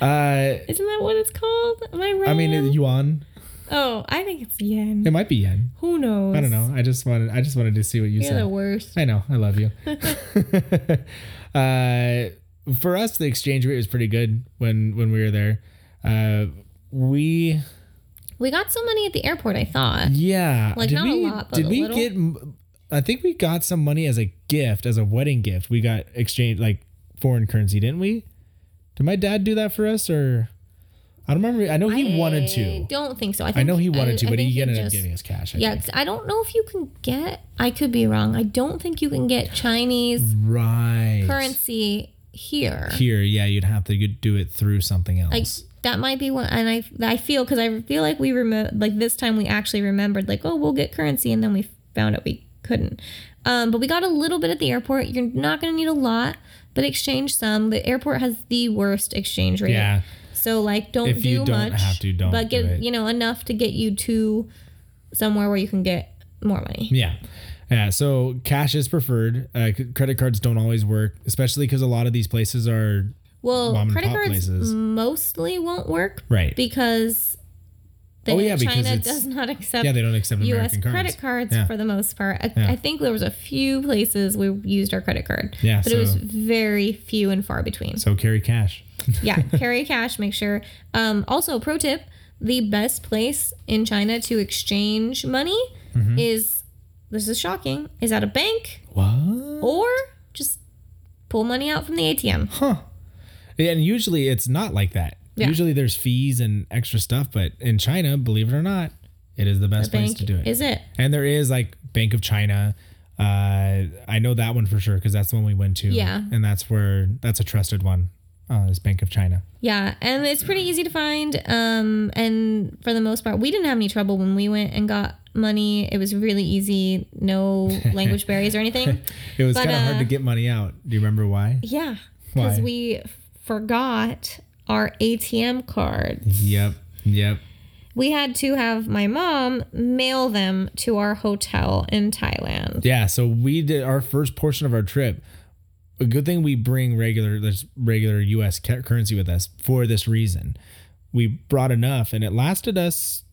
S1: Uh,
S2: Isn't that what it's called? Am I right?
S1: I mean yuan.
S2: oh, I think it's yen.
S1: It might be yen.
S2: Who knows?
S1: I don't know. I just wanted I just wanted to see what you
S2: You're
S1: said.
S2: the worst.
S1: I know. I love you. uh, for us, the exchange rate was pretty good when when we were there. Uh, we
S2: We got so many at the airport. I thought
S1: yeah.
S2: Like,
S1: did
S2: not a
S1: we,
S2: lot, but
S1: did
S2: a
S1: we
S2: little.
S1: get? m- I think we got some money as a gift, as a wedding gift. We got exchange like foreign currency, didn't we? Did my dad do that for us, or I don't remember. I know he wanted
S2: I
S1: to.
S2: don't think so. I, think,
S1: I know he wanted
S2: I-
S1: to,
S2: I
S1: but
S2: think
S1: he ended up
S2: just-
S1: giving us cash. I
S2: Yeah,
S1: think.
S2: 'cause I don't know if you can get. I could be wrong. I don't think you can get Chinese
S1: Right.
S2: currency here.
S1: Here, yeah, you'd have to do it through something else.
S2: Like that might be one, and I I feel because I feel like we remember like this time we actually remembered like oh we'll get currency and then we found out we couldn't. Um, but we got a little bit at the airport. You're not gonna need a lot, but exchange some. The airport has the worst exchange rate.
S1: yeah.
S2: So like don't
S1: If
S2: do
S1: you don't
S2: much.
S1: have to, don't
S2: But get
S1: do it.
S2: you know enough to get you to somewhere where you can get more money.
S1: Yeah. Yeah. So cash is preferred. Uh, c- credit cards don't always work, especially because a lot of these places are.
S2: Well,
S1: mom and
S2: credit
S1: pop
S2: cards
S1: places.
S2: mostly won't work
S1: Right.
S2: because the
S1: Oh, yeah, because
S2: China
S1: it's-
S2: does not accept
S1: Yeah, they don't accept
S2: U.S.
S1: American cards.
S2: credit cards
S1: Yeah.
S2: for the most part. I,
S1: Yeah.
S2: I think there was a few places we used our credit card,
S1: Yeah,
S2: but it was
S1: so-
S2: very few and far between.
S1: So (laughs) carry cash.
S2: yeah, carry cash. Make sure. Um, also, pro tip: the best place in China to exchange money
S1: Mm-hmm.
S2: is this is shocking is at a bank
S1: What?
S2: or just pull money out from the ATM.
S1: And usually it's not like that.
S2: Yeah.
S1: Usually there's fees and extra stuff, but in China, believe it or not, it is the best place
S2: Bank
S1: to do it.
S2: is it?
S1: and there is like Bank of China. Uh, I know that one for sure because that's the one we went to.
S2: Yeah.
S1: And that's where that's a trusted one. Uh, is Bank of China.
S2: Yeah, and it's pretty easy to find. Um, and for the most part, we didn't have any trouble when we went and got money. It was really easy, no language barriers or anything.
S1: It was
S2: But,
S1: kind of hard
S2: uh,
S1: to get money out. Do you remember why?
S2: Yeah,
S1: Why?
S2: because we forgot our ATM card.
S1: Yep. Yep.
S2: We had to have my mom mail them to our hotel in Thailand.
S1: Yeah, so we did our first portion of our trip. A good thing we bring regular this regular U.S. ca- currency with us for this reason. We brought enough, and it lasted us.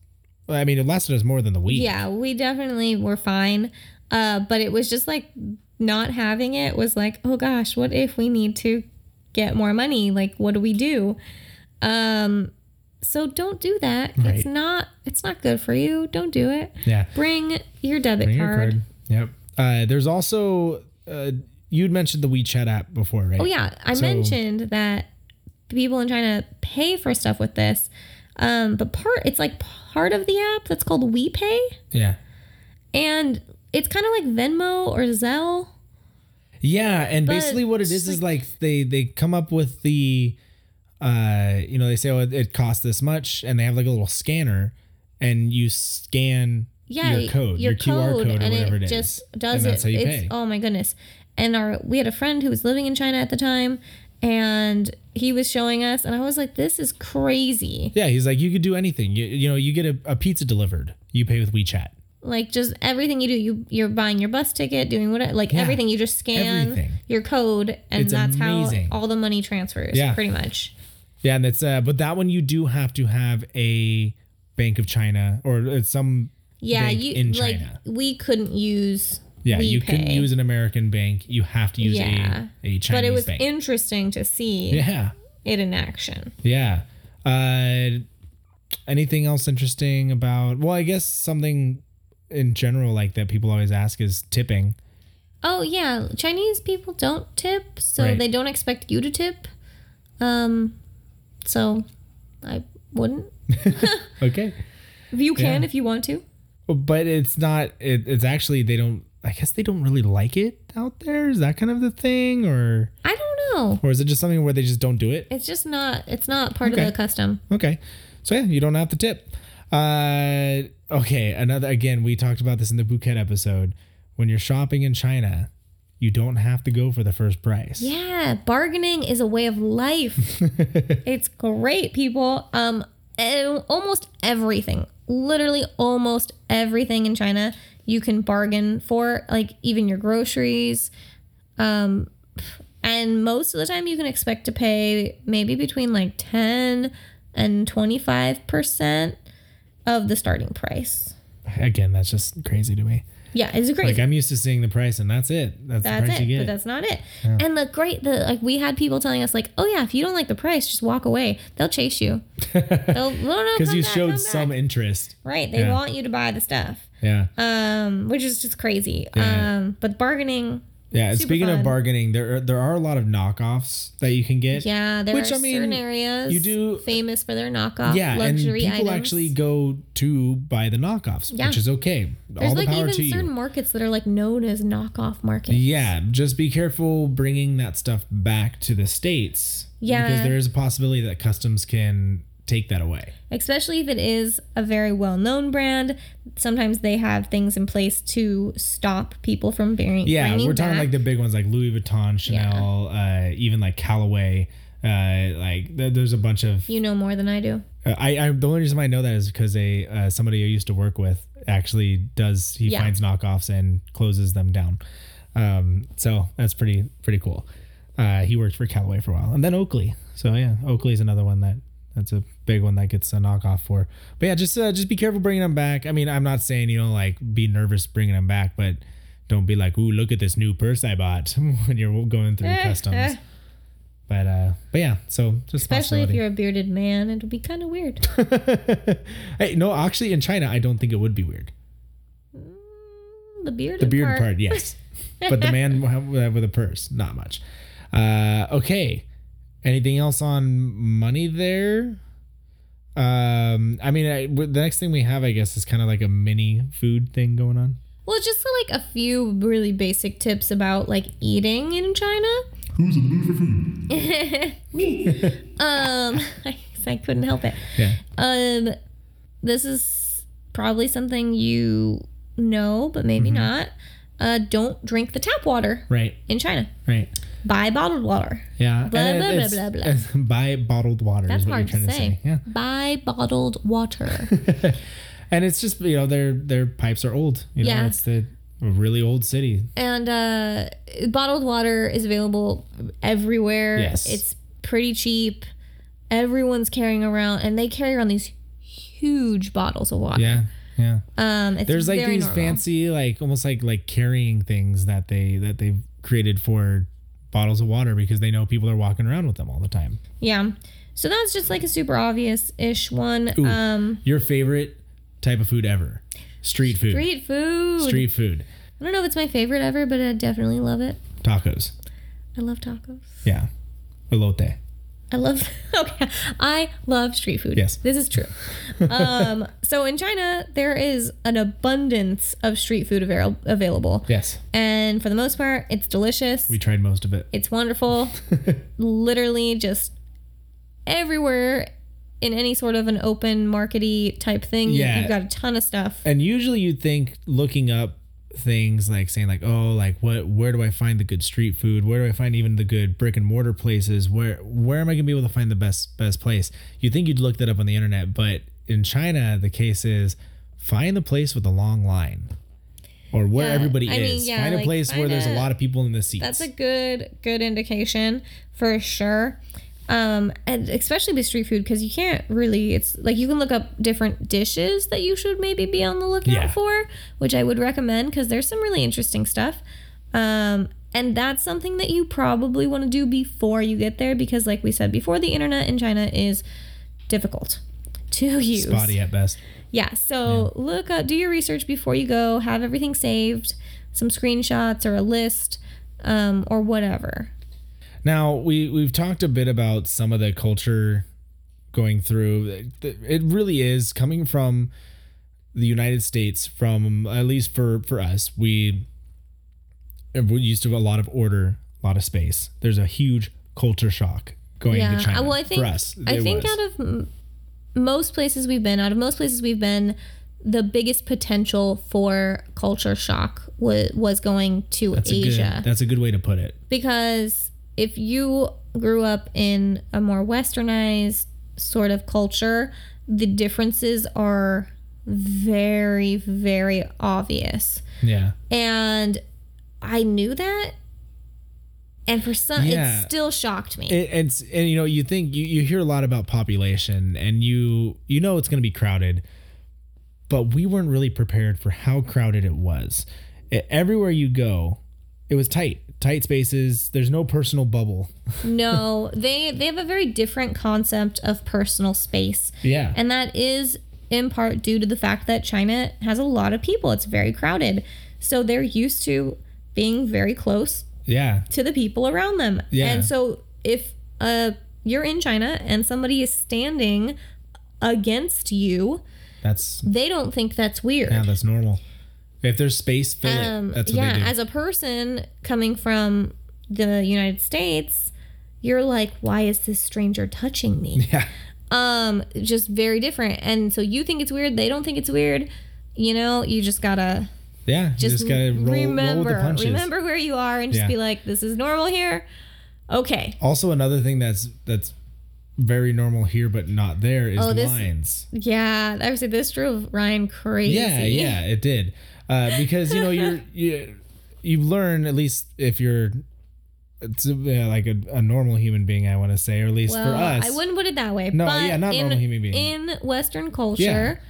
S1: I mean, it lasted us more than the week.
S2: Yeah, we definitely were fine. Uh, but it was just like not having it was like, oh gosh, what if we need to get more money? Like, what do we do? Um, so don't do that.
S1: Right.
S2: It's not it's not good for you. Don't do it.
S1: yeah.
S2: Bring your debit
S1: Bring your
S2: card.
S1: Yep. Uh, there's also uh, you'd mentioned the WeChat app before, right?
S2: Oh yeah, I
S1: So-
S2: mentioned that people in China pay for stuff with this. Um, but part it's like part of the app that's called WePay,
S1: Yeah.
S2: and it's kind of like Venmo or Zelle.
S1: Yeah, and
S2: But
S1: basically what it
S2: it's
S1: is
S2: just
S1: is like they they come up with the uh you know they say oh it, it costs this much and they have like a little scanner and you scan
S2: yeah,
S1: your code, your, QR code, or
S2: and
S1: whatever it is.
S2: just does
S1: and that's
S2: it.
S1: how you
S2: it's,
S1: pay.
S2: Oh my goodness! And our we had a friend who was living in China at the time, and he was showing us, and I was like, "This is crazy!
S1: yeah, he's like you could do anything. You, you know, you get a, a pizza delivered, you pay with WeChat.
S2: Like just everything you do, you you're buying your bus ticket, doing whatever, like
S1: Yeah.
S2: everything. You just scan
S1: Everything.
S2: your code, and
S1: It's
S2: that's
S1: amazing.
S2: how all the money transfers.
S1: Yeah.
S2: pretty much.
S1: Yeah, and that's uh, but that one you do have to have a Bank of China or it's some
S2: Yeah,
S1: bank
S2: you
S1: in
S2: like
S1: China.
S2: we couldn't use.
S1: yeah, you
S2: WePay.
S1: couldn't use an American bank. You have to use
S2: Yeah.
S1: a, a Chinese
S2: But it was
S1: bank.
S2: interesting to see
S1: yeah.
S2: it in action.
S1: Yeah. Uh, anything else interesting about? Well, I guess something in general like that people always ask is tipping.
S2: Oh yeah, Chinese people don't tip, so
S1: Right.
S2: they don't expect you to tip. Um, so I wouldn't.
S1: Okay,
S2: You can
S1: Yeah.
S2: if you want to.
S1: but it's not. It, it's actually they don't. I guess they don't really like it out there. Is that kind of the thing, or
S2: I don't know.
S1: or is it just something where they just don't do it?
S2: It's just not. It's not part
S1: Okay.
S2: of the custom.
S1: Okay, so yeah, you don't have to tip. Uh, okay, another again. We talked about this in the Bouquet episode. When you're shopping in China, you don't have to go for the first price.
S2: Yeah, bargaining is a way of life. it's great, people. Um, and e, almost everything, literally almost everything in China you can bargain for, like even your groceries. Um, and most of the time you can expect to pay maybe between like 10 and 25% of the starting price.
S1: Again, that's just crazy to me.
S2: Yeah, it's crazy.
S1: Like I'm used to seeing the price and that's it. That's, the
S2: that's
S1: price
S2: it,
S1: you get.
S2: but that's not it. And the great, the like we had people telling us like, oh yeah, if you don't like the price, just walk away. They'll
S1: (laughs)
S2: chase you. They'll no no
S1: Because
S2: come
S1: you
S2: back,
S1: showed
S2: come
S1: some
S2: back.
S1: interest.
S2: right. They
S1: yeah.
S2: want you to buy the stuff,
S1: Yeah.
S2: um, which is just crazy.
S1: Yeah.
S2: Um, but bargaining,
S1: Yeah, and
S2: Super
S1: speaking of
S2: fun.
S1: bargaining, there are, there are a lot of knockoffs that you can get.
S2: yeah, there
S1: Which,
S2: are
S1: I mean,
S2: certain areas
S1: you do-
S2: famous for their knockoff
S1: Yeah, and
S2: luxury
S1: people
S2: items.
S1: actually go to buy the knockoffs,
S2: Yeah.
S1: which is okay.
S2: There's
S1: All
S2: like
S1: the power
S2: even
S1: to
S2: certain
S1: you.
S2: markets that are like known as knockoff markets.
S1: Yeah, just be careful bringing that stuff back to the states.
S2: Yeah.
S1: because there is a possibility that customs can take that away.
S2: especially if it is a very well known brand. Sometimes they have things in place to stop people from bearing.
S1: Yeah,
S2: bringing
S1: we're talking
S2: back.
S1: like the big ones like Louis Vuitton, Chanel, uh, even like Callaway. Uh, like th- there's a bunch of
S2: You know more than I do.
S1: Uh, I, I the only reason why I know that is because a uh, somebody I used to work with actually does he
S2: Yeah.
S1: finds knockoffs and closes them down. Um, so that's pretty pretty cool. Uh, he worked for Callaway for a while, and then Oakley. So yeah, Oakley's another one that that's a big one that gets a knockoff for. But yeah, just uh, just be careful bringing them back. I mean, I'm not saying you know like be nervous bringing them back, but don't be like, ooh, look at this new purse I bought (laughs) when you're going through
S2: Eh, eh.
S1: customs. But uh, but yeah, so just
S2: Especially if
S1: possibility.
S2: you're a bearded man, it would be kind of weird.
S1: (laughs) hey, no, actually, in China, I don't think it would be weird.
S2: the bearded
S1: The beard
S2: part.
S1: part,
S2: (laughs)
S1: yes, but the man with with a purse, not much. Uh, okay, anything else on money there? Um, I mean, I, w- the next thing we have, I guess, is kind of like a mini food thing going on.
S2: Well, just so, like a few really basic tips about like eating in China. (laughs) Who's in the mood for food? um, (laughs) I, I couldn't help it.
S1: Yeah,
S2: Um, this is probably something you know, but maybe not. Uh, don't drink the tap water
S1: right,
S2: in China.
S1: right,
S2: Buy bottled water.
S1: yeah.
S2: Blah,
S1: And
S2: blah,
S1: it's- (laughs)
S2: blah, blah,
S1: it's- Buy bottled water
S2: That's
S1: is what
S2: hard
S1: you're
S2: to
S1: trying
S2: say.
S1: to say. Yeah,
S2: Buy bottled water.
S1: and it's just you know their their pipes are old. You know,
S2: Yeah.
S1: it's the a really old city.
S2: and uh, bottled water is available everywhere.
S1: Yes.
S2: It's pretty cheap. Everyone's carrying around, and they carry around these huge bottles of water.
S1: Yeah, yeah.
S2: Um, it's
S1: There's like
S2: very
S1: these
S2: normal.
S1: fancy, like almost like like carrying things that they that they've created for bottles of water because they know people are walking around with them all the time.
S2: Yeah. So that's just like a super obvious ish one.
S1: Ooh,
S2: Um,
S1: your favorite type of food ever? Street food.
S2: street food.
S1: Street food.
S2: I don't know if it's my favorite ever, but I definitely love it.
S1: Tacos.
S2: I love tacos.
S1: Yeah. Elote.
S2: I love (laughs) okay. I love street food.
S1: Yes.
S2: This is true. um, so in China, there is an abundance of street food avail- available.
S1: Yes.
S2: And for the most part, it's delicious.
S1: We tried most of it. (laughs)
S2: it's wonderful. Literally just everywhere in any sort of an open markety type thing. you-
S1: Yeah.
S2: You've got a ton of stuff.
S1: And usually you'd think looking up things like saying like oh like what where do I find the good street food? Where do I find even the good brick and mortar places? Where where am I going to be able to find the best best place? You think you'd look that up on the internet, but in China the case is find the place with a long line or where
S2: Yeah,
S1: everybody
S2: I mean,
S1: is.
S2: yeah,
S1: find a
S2: like,
S1: place where
S2: find
S1: there's a
S2: a-
S1: lot of people in the seats.
S2: That's a good good indication for sure. Um, and especially with street food because you can't really it's like you can look up different dishes that you should maybe be on the lookout
S1: Yeah.
S2: for, which I would recommend because there's some really interesting stuff. Um, and that's something that you probably want to do before you get there because like we said before the internet in China is difficult to use.
S1: spotty at best.
S2: Yeah. So look up, do your research before you go. Have everything saved, some screenshots or a list, um, or whatever.
S1: Now we we've talked a bit about some of the culture going through. It really is coming from the United States. From at least for for us, we we're used to a lot of order, a lot of space. There's a huge culture shock going
S2: Yeah.
S1: to China.
S2: Uh, well, I think
S1: for us,
S2: I
S1: it
S2: think
S1: was.
S2: out of m- most places we've been, out of most places we've been, the biggest potential for culture shock was was going to
S1: that's A
S2: Asia.
S1: good, that's a good way to put it.
S2: because if you grew up in a more westernized sort of culture, the differences are very, very obvious.
S1: Yeah.
S2: And I knew that. And for some,
S1: Yeah.
S2: it still shocked me.
S1: It, it's and you know you think you, you hear a lot about population and you you know it's going to be crowded, but we weren't really prepared for how crowded it was. E- everywhere you go, it was tight, tight spaces. There's no personal bubble.
S2: no, they they have a very different concept of personal space.
S1: Yeah.
S2: And that is in part due to the fact that China has a lot of people. It's very crowded. So they're used to being very close
S1: yeah.
S2: to the people around them.
S1: Yeah.
S2: And so if uh you're in China and somebody is standing against you,
S1: That's
S2: they don't think that's weird.
S1: yeah. That's normal. If there's space, fill
S2: um,
S1: it. That's what
S2: yeah,
S1: they do.
S2: as a person coming from the United States, you're like, why is this stranger touching
S1: (laughs)
S2: me?
S1: (laughs) yeah.
S2: um just very different and so you think it's weird they don't think it's weird you know you just gotta
S1: Yeah. you
S2: just,
S1: just gotta roll,
S2: remember
S1: roll with the punches.
S2: remember where you are and just
S1: Yeah.
S2: be like this is normal here okay
S1: Also, another thing that's that's very normal here but not there is
S2: Oh, this-
S1: lines.
S2: yeah i would say this drove ryan crazy
S1: Yeah, yeah, it did. Uh, because you know
S2: (laughs)
S1: you're you you learn at least if you're it's uh, like a, a normal human being, I want to say, or at least
S2: well,
S1: for us,
S2: i wouldn't put it that way
S1: No,
S2: but
S1: yeah, not
S2: in,
S1: normal human being.
S2: in western culture
S1: Yeah.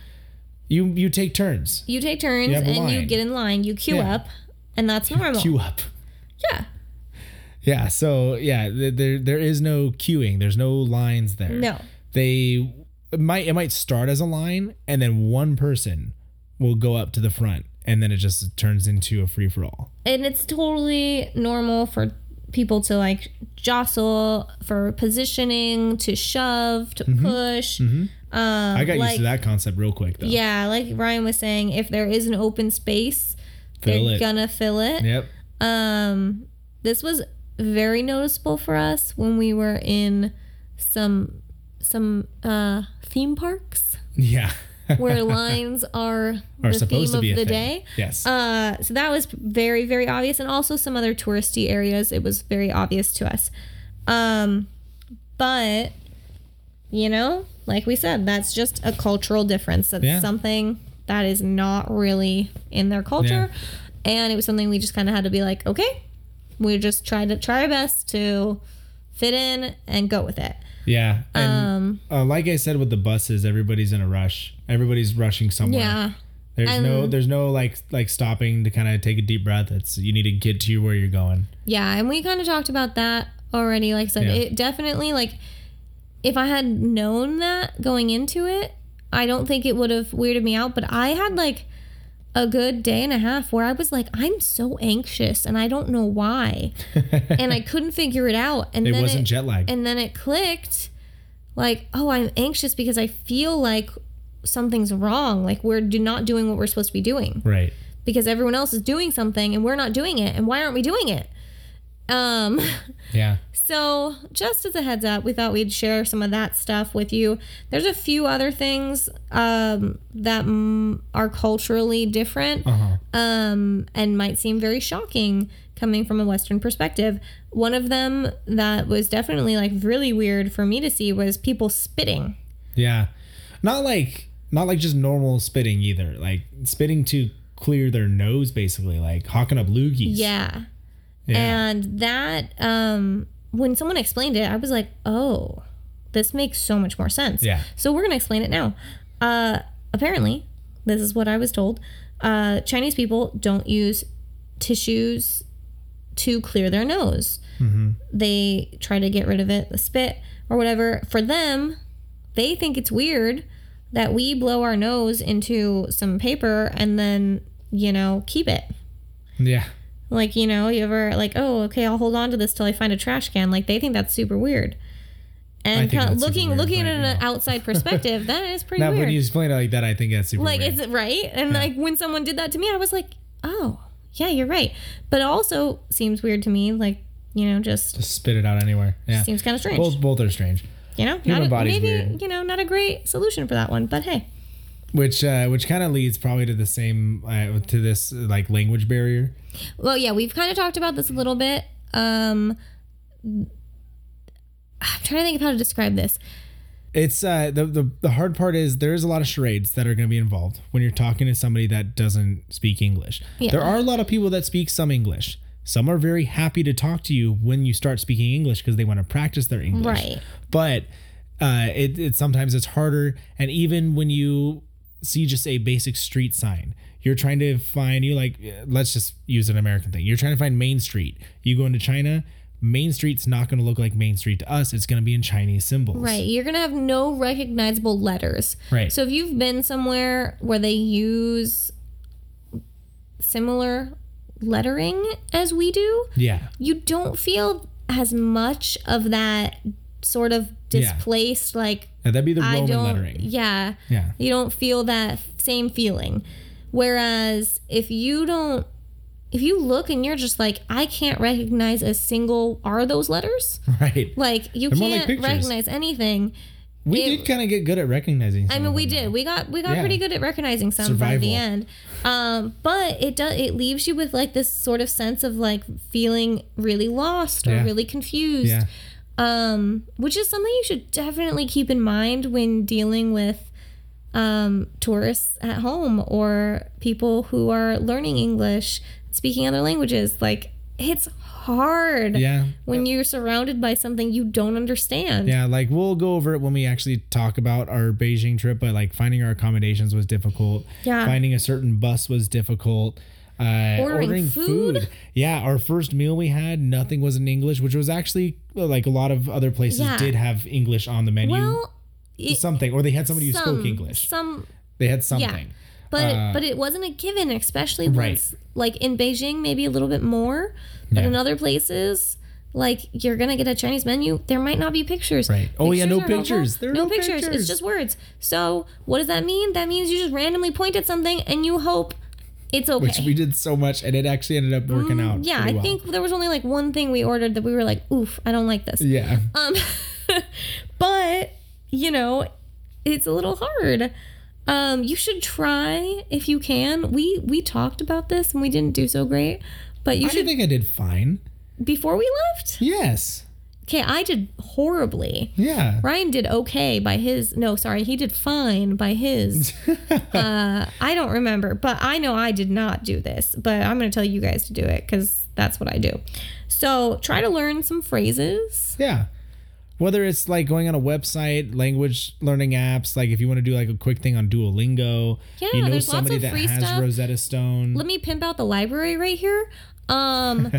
S1: you you take turns.
S2: you take turns
S1: You have a
S2: and you
S1: line.
S2: get in line you queue
S1: Yeah.
S2: up and that's normal
S1: Queue up.
S2: yeah
S1: Yeah. So yeah, th- there there is no queuing. There's no lines there.
S2: No.
S1: They it might it might start as a line, and then one person will go up to the front, and then it just turns into a free for all.
S2: and it's totally normal for people to like jostle for positioning to shove to
S1: Mm-hmm.
S2: push
S1: I got used
S2: Um, like-
S1: to that concept real quick though.
S2: yeah like ryan was saying if there is an open space
S1: Fill
S2: they're
S1: it.
S2: gonna fill it
S1: Yep.
S2: um this was very noticeable for us when we were in some some uh theme parks
S1: Yeah. (laughs)
S2: where lines are,
S1: Are
S2: the theme
S1: supposed to
S2: of
S1: be a
S2: the
S1: thing.
S2: day
S1: Yes.
S2: Uh, so that was very, very obvious. And also some other touristy areas, it was very obvious to us. Um, but, you know, like we said, that's just a cultural difference. That's
S1: Yeah.
S2: something that is not really in their culture. And it was something we just kind of had to be like, okay, we just tried to try our best to fit in and go with it.
S1: Yeah. And
S2: Um,
S1: uh, like I said with the buses, everybody's in a rush. Everybody's rushing somewhere.
S2: yeah.
S1: There's no
S2: and-
S1: there's no like like stopping to kind of take a deep breath. It's you need to get to where you're going.
S2: Yeah, and we kind of talked about that already. Like I said,
S1: Yeah.
S2: it definitely like if I had known that going into it, I don't think it would have weirded me out. But I had like a good day and a half where I was like, I'm so anxious and I don't
S1: (laughs)
S2: know why, and I couldn't figure it out. And
S1: It
S2: then
S1: wasn't jet lag.
S2: and then it clicked, like, oh, I'm anxious because I feel like something's wrong. Like we're do not doing what we're supposed to be doing
S1: right.
S2: because everyone else is doing something and we're not doing it and why aren't we doing it um (laughs)
S1: Yeah.
S2: so just as a heads up we thought we'd share some of that stuff with you there's a few other things um that mm, are culturally different
S1: Uh-huh.
S2: um, and might seem very shocking coming from a Western perspective. One of them that was definitely like really weird for me to see was people spitting.
S1: Yeah. Not like not like just normal spitting either. Like spitting to clear their nose basically, like hawking up loogies.
S2: Yeah.
S1: Yeah.
S2: And that, um, when someone explained it, I was like, oh, this makes so much more sense.
S1: Yeah.
S2: So we're going to explain it now. Uh, apparently, this is what I was told uh, Chinese people don't use tissues to clear their nose.
S1: Mm-hmm.
S2: They try to get rid of it, the spit or whatever. For them, they think it's weird that we blow our nose into some paper and then, you know, keep it.
S1: yeah.
S2: Like, you know, you ever like, oh, okay, I'll hold on to this till I find a trash can. Like they think that's super weird.
S1: think
S2: And kind of
S1: that's super
S2: looking
S1: weird,
S2: looking at
S1: but,
S2: it
S1: you
S2: an
S1: know.
S2: outside perspective, that
S1: (laughs)
S2: is pretty
S1: Now
S2: weird.
S1: when you explain it like that, I think that's super
S2: like
S1: weird.
S2: it's right. And like when someone did that to me, I was like, Oh, yeah, you're right. But it also seems weird to me, like, you know, just
S1: Just spit it out anywhere. Yeah.
S2: seems kinda strange.
S1: Both both are strange.
S2: you know?
S1: human
S2: not a,
S1: body's
S2: maybe,
S1: weird.
S2: you know, not a great solution for that one, but hey.
S1: Which uh which kind of leads probably to the same uh, to this like language barrier.
S2: Well, yeah, we've kind of talked about this a little bit. Um I'm trying to think of how to describe this.
S1: It's uh, the, the the hard part is there's a lot of charades that are going to be involved when you're talking to somebody that doesn't speak English.
S2: Yeah.
S1: There are a lot of people that speak some English. Some are very happy to talk to you when you start speaking English because they want to practice their English.
S2: Right.
S1: But uh, it, it sometimes it's harder, and even when you see just a basic street sign, you're trying to find you like let's just use an American thing. You're trying to find Main Street. You go into China. Main Street's not going to look like Main Street to us. It's going to be in Chinese symbols.
S2: Right. You're going to have no recognizable letters.
S1: Right.
S2: So if you've been somewhere where they use similar lettering as we do,
S1: Yeah.
S2: you don't feel as much of that sort of
S1: Yeah.
S2: displaced, like,
S1: Now, that'd be the
S2: I
S1: Roman
S2: don't,
S1: lettering.
S2: yeah.
S1: Yeah. (laughs)
S2: You don't feel that same feeling. Whereas if you don't, if you look and you're just like, I can't recognize a single, are those letters?
S1: Right.
S2: Like, you
S1: They're more like
S2: can't
S1: pictures.
S2: recognize anything.
S1: we
S2: it-
S1: did kind of get good at recognizing.
S2: I mean, we did. We got we got
S1: Yeah.
S2: pretty good at recognizing some by
S1: Survival.
S2: the end. Um, but it does it leaves you with like this sort of sense of like feeling really lost or
S1: Yeah.
S2: really confused.
S1: Yeah.
S2: Um, which is something you should definitely keep in mind when dealing with um, tourists at home or people who are learning English, speaking other languages. Like it's hard
S1: Yeah.
S2: when you're surrounded by something you don't understand.
S1: Yeah, like we'll go over it when we actually talk about our Beijing trip, but like finding our accommodations was difficult.
S2: Yeah.
S1: Finding a certain bus was difficult. Uh,
S2: Ordering food.
S1: Yeah, our first meal we had, nothing was in English, which was actually uh, like a lot of other places
S2: Yeah.
S1: did have English on the menu.
S2: Well, it,
S1: something, or they had somebody who spoke English.
S2: Some,
S1: They had something.
S2: but
S1: Uh,
S2: but it wasn't a given, especially
S1: Right.
S2: once like in Beijing, maybe a little bit more, but
S1: Yeah.
S2: in other places. Like you're gonna get a Chinese menu, there might not be pictures.
S1: Right. Oh, yeah, no
S2: are helpful.
S1: pictures. There are
S2: no,
S1: no
S2: pictures.
S1: pictures.
S2: It's just words. So what does that mean? That means you just randomly point at something and you hope it's okay. Mm,
S1: Which we did so much, and it actually ended up working out.
S2: yeah,
S1: pretty
S2: I
S1: well.
S2: think there was only like one thing we ordered that we were like, oof, I don't like this.
S1: Yeah.
S2: Um, (laughs) but you know, it's a little hard. Um, you should try if you can. We we talked about this and we didn't do so great, but you
S1: I
S2: should
S1: think I did fine.
S2: before we left.
S1: Yes.
S2: Okay, I did horribly.
S1: Yeah.
S2: Ryan did okay by his. No, sorry, he did fine by his. uh, I don't remember, but I know I did not do this. But I'm going to tell you guys to do it because that's what I do. So try to learn some phrases.
S1: Yeah. Whether it's like going on a website, language learning apps, like if you want to do like a quick thing on Duolingo,
S2: Yeah,
S1: you know
S2: there's lots
S1: somebody
S2: of
S1: that
S2: free
S1: has
S2: stuff.
S1: Rosetta Stone.
S2: let me pimp out the library right here.
S1: (laughs)
S2: Um,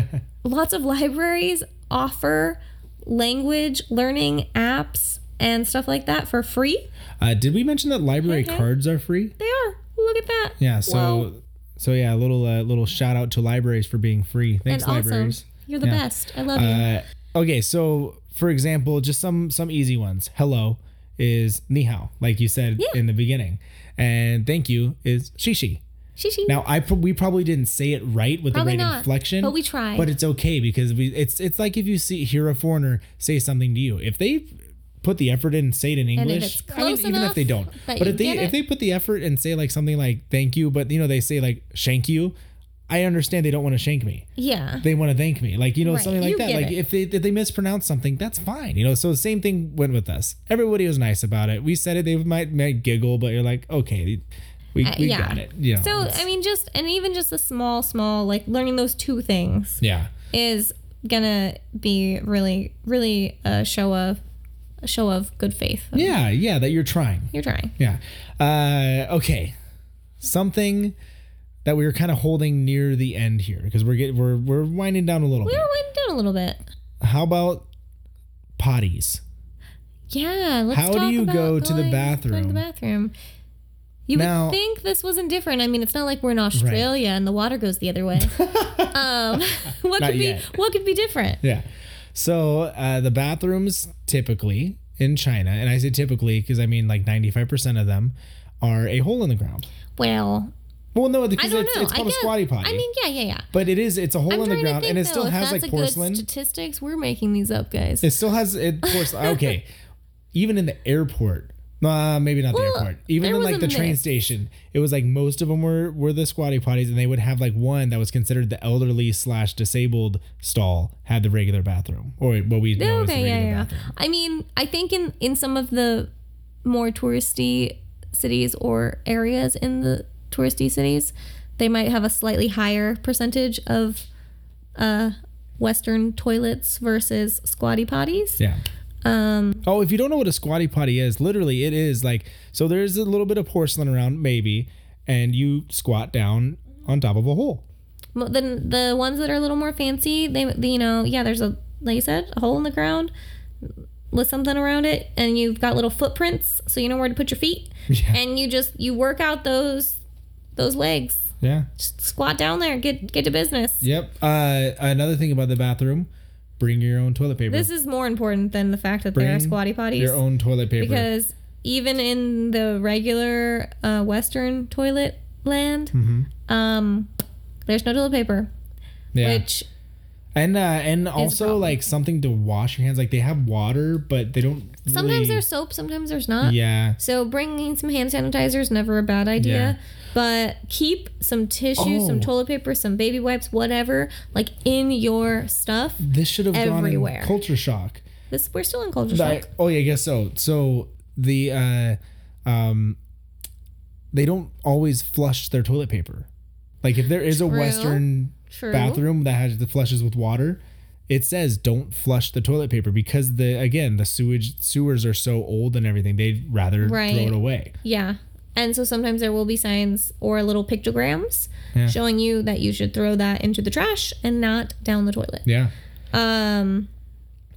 S2: lots of libraries offer language learning apps and stuff like that for free.
S1: uh, did we mention that library
S2: Okay.
S1: cards are free?
S2: They are. Look at that.
S1: Yeah, so
S2: Mm-hmm. Wow.
S1: so yeah, a little uh, little shout out to libraries for being free.
S2: and
S1: Thanks libraries.
S2: also, you're the
S1: Yeah.
S2: best. I love you.
S1: Uh, okay, so for example, just some some easy ones. Hello is ni hao, like you said in the beginning. And thank you is shishi.
S2: Shishi.
S1: Now I pro- we probably didn't say it right with
S2: Probably
S1: the right
S2: not,
S1: inflection,
S2: but we tried.
S1: But it's okay because we it's it's like if you see hear a foreigner say something to you, if they put the effort in and say it in
S2: if
S1: English,
S2: it's close
S1: even if they
S2: enough
S1: don't,
S2: that
S1: but
S2: you
S1: if they
S2: get it.
S1: if they put the effort and say like something like thank you, but you know they say like shank you, I understand they don't want to shank me.
S2: yeah.
S1: They want to thank me, like you know
S2: Right,
S1: something like
S2: you
S1: that.
S2: get
S1: Like
S2: it.
S1: if they if they mispronounce something, that's fine, you know. So the same thing went with us. Everybody was nice about it. We said it. They might might giggle, but you're like okay, we,
S2: Uh,
S1: we
S2: yeah.
S1: got it. You know,
S2: So
S1: it's-
S2: I mean, just and even just a small, small like learning those two things
S1: yeah.
S2: is gonna be really, really a show of a show of good faith.
S1: Yeah, yeah, that you're trying.
S2: You're trying.
S1: Yeah. Uh, okay. Something that we were kind of holding near the end here because we're getting we're we're winding down a little
S2: We
S1: bit.
S2: were winding down a little bit.
S1: How about potties?
S2: Yeah, let's
S1: How do
S2: talk
S1: you
S2: about
S1: go to the
S2: going- going to
S1: bathroom?
S2: the bathroom. You
S1: Now-
S2: would think this was indifferent. I mean, it's not like we're in Australia and the water goes the
S1: (laughs)
S2: other way. um, (laughs) what
S1: Not
S2: could be
S1: yet.
S2: what could be different?
S1: Yeah. So uh, the bathrooms typically in China, and I say typically because I mean like 95% of them are a hole in the ground.
S2: Well,
S1: Well, no,
S2: I
S1: because
S2: don't
S1: it's,
S2: know.
S1: it's called
S2: I
S1: a
S2: guess-
S1: squatty potty.
S2: I mean, yeah, yeah, yeah.
S1: but it is it's a hole
S2: I'm
S1: in the
S2: trying to
S1: ground,
S2: think,
S1: and it
S2: though,
S1: still
S2: if
S1: has
S2: that's
S1: like
S2: a
S1: porcelain.
S2: Good statistics. We're making these up, guys.
S1: It still has it. Course,
S2: (laughs)
S1: okay. Even in the airport, uh, maybe not
S2: Well,
S1: the airport. Even
S2: there
S1: in
S2: was
S1: like
S2: a
S1: the train
S2: mix.
S1: station, it was like most of them were were the squatty potties, and they would have like one that was considered the elderly slash disabled stall had the regular bathroom or what we know as the
S2: Oh, okay,
S1: regular
S2: yeah, yeah.
S1: bathroom.
S2: I mean, I think in in some of the more touristy cities or areas in the touristy cities, they might have a slightly higher percentage of uh, Western toilets versus squatty potties.
S1: Yeah. Um, oh, if you don't know what a squatty potty is, literally it is like so there's a little bit of porcelain around, maybe, and you squat down on top of a hole. (laughs)
S2: Mo- Then the ones that are a little more fancy, they, they you know, yeah, there's a like you said, a hole in the ground with something around it, and you've got little footprints, so you know where to put your feet,
S1: Yeah.
S2: and you just you work out those those legs.
S1: Yeah.
S2: Just squat down there, get get to business.
S1: Yep. Uh, another thing about the bathroom, bring your own toilet paper.
S2: This is more important than the fact that there are
S1: Bring
S2: squatty potties.
S1: your own toilet paper.
S2: because even in the regular uh, Western toilet land, um, there's no toilet paper,
S1: Mm-hmm. yeah.
S2: which
S1: and uh, and also
S2: problem.
S1: like something to wash your hands. Like they have water, but they don't.
S2: sometimes
S1: really-
S2: there's soap, sometimes there's not.
S1: Yeah.
S2: So bringing some hand sanitizer is never a bad idea.
S1: Yeah.
S2: But keep some tissue,
S1: Oh.
S2: some toilet paper, some baby wipes, whatever, like in your stuff.
S1: This should have gone
S2: Everywhere.
S1: in culture shock.
S2: This we're still in culture
S1: Like,
S2: shock.
S1: oh yeah, I guess so. So the uh um they don't always flush their toilet paper. Like if there is a
S2: True.
S1: western
S2: True.
S1: bathroom that has the flushes with water, it says don't flush the toilet paper because the again, the sewage sewers are so old and everything, they'd rather
S2: Right.
S1: throw it away.
S2: Yeah. And so sometimes there will be signs or little pictograms
S1: Yeah.
S2: showing you that you should throw that into the trash and not down the toilet.
S1: Yeah.
S2: Um,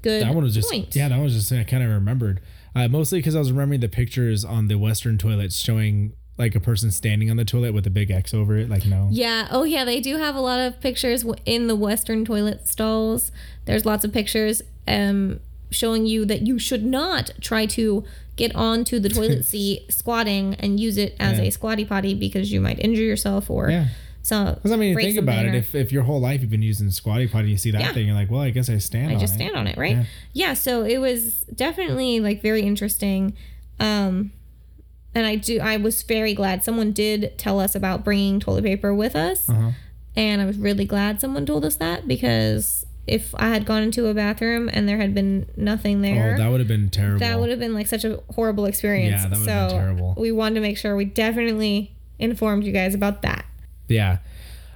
S2: good.
S1: That one was just
S2: point.
S1: yeah. That one was just I kind of remembered uh, mostly because I was remembering the pictures on the Western toilets showing like a person standing on the toilet with a big X over it. Like no,
S2: Yeah. Oh, yeah. They do have a lot of pictures w- in the Western toilet stalls. There's lots of pictures um, showing you that you should not try to get onto
S1: (laughs)
S2: the toilet seat squatting and use it as
S1: Yeah.
S2: a squatty potty because you might injure yourself or
S1: Yeah.
S2: so.
S1: Because I mean,
S2: break
S1: think about
S2: something
S1: it.
S2: or-
S1: If, if your whole life you've been using squatty potty, you see that
S2: Yeah.
S1: thing, you're like, well, I guess I stand
S2: I
S1: on
S2: just
S1: it.
S2: stand on it, right?
S1: Yeah.
S2: Yeah. so it was definitely like very interesting. Um and I do I was very glad someone did tell us about bringing toilet paper with us.
S1: Uh-huh.
S2: And I was really glad someone told us that because if I had gone into a bathroom and there had been nothing there,
S1: Oh, that would have been terrible.
S2: that would have been like such a horrible experience.
S1: Yeah, that would've
S2: so
S1: been terrible.
S2: we wanted to make sure we definitely informed you guys about that.
S1: Yeah.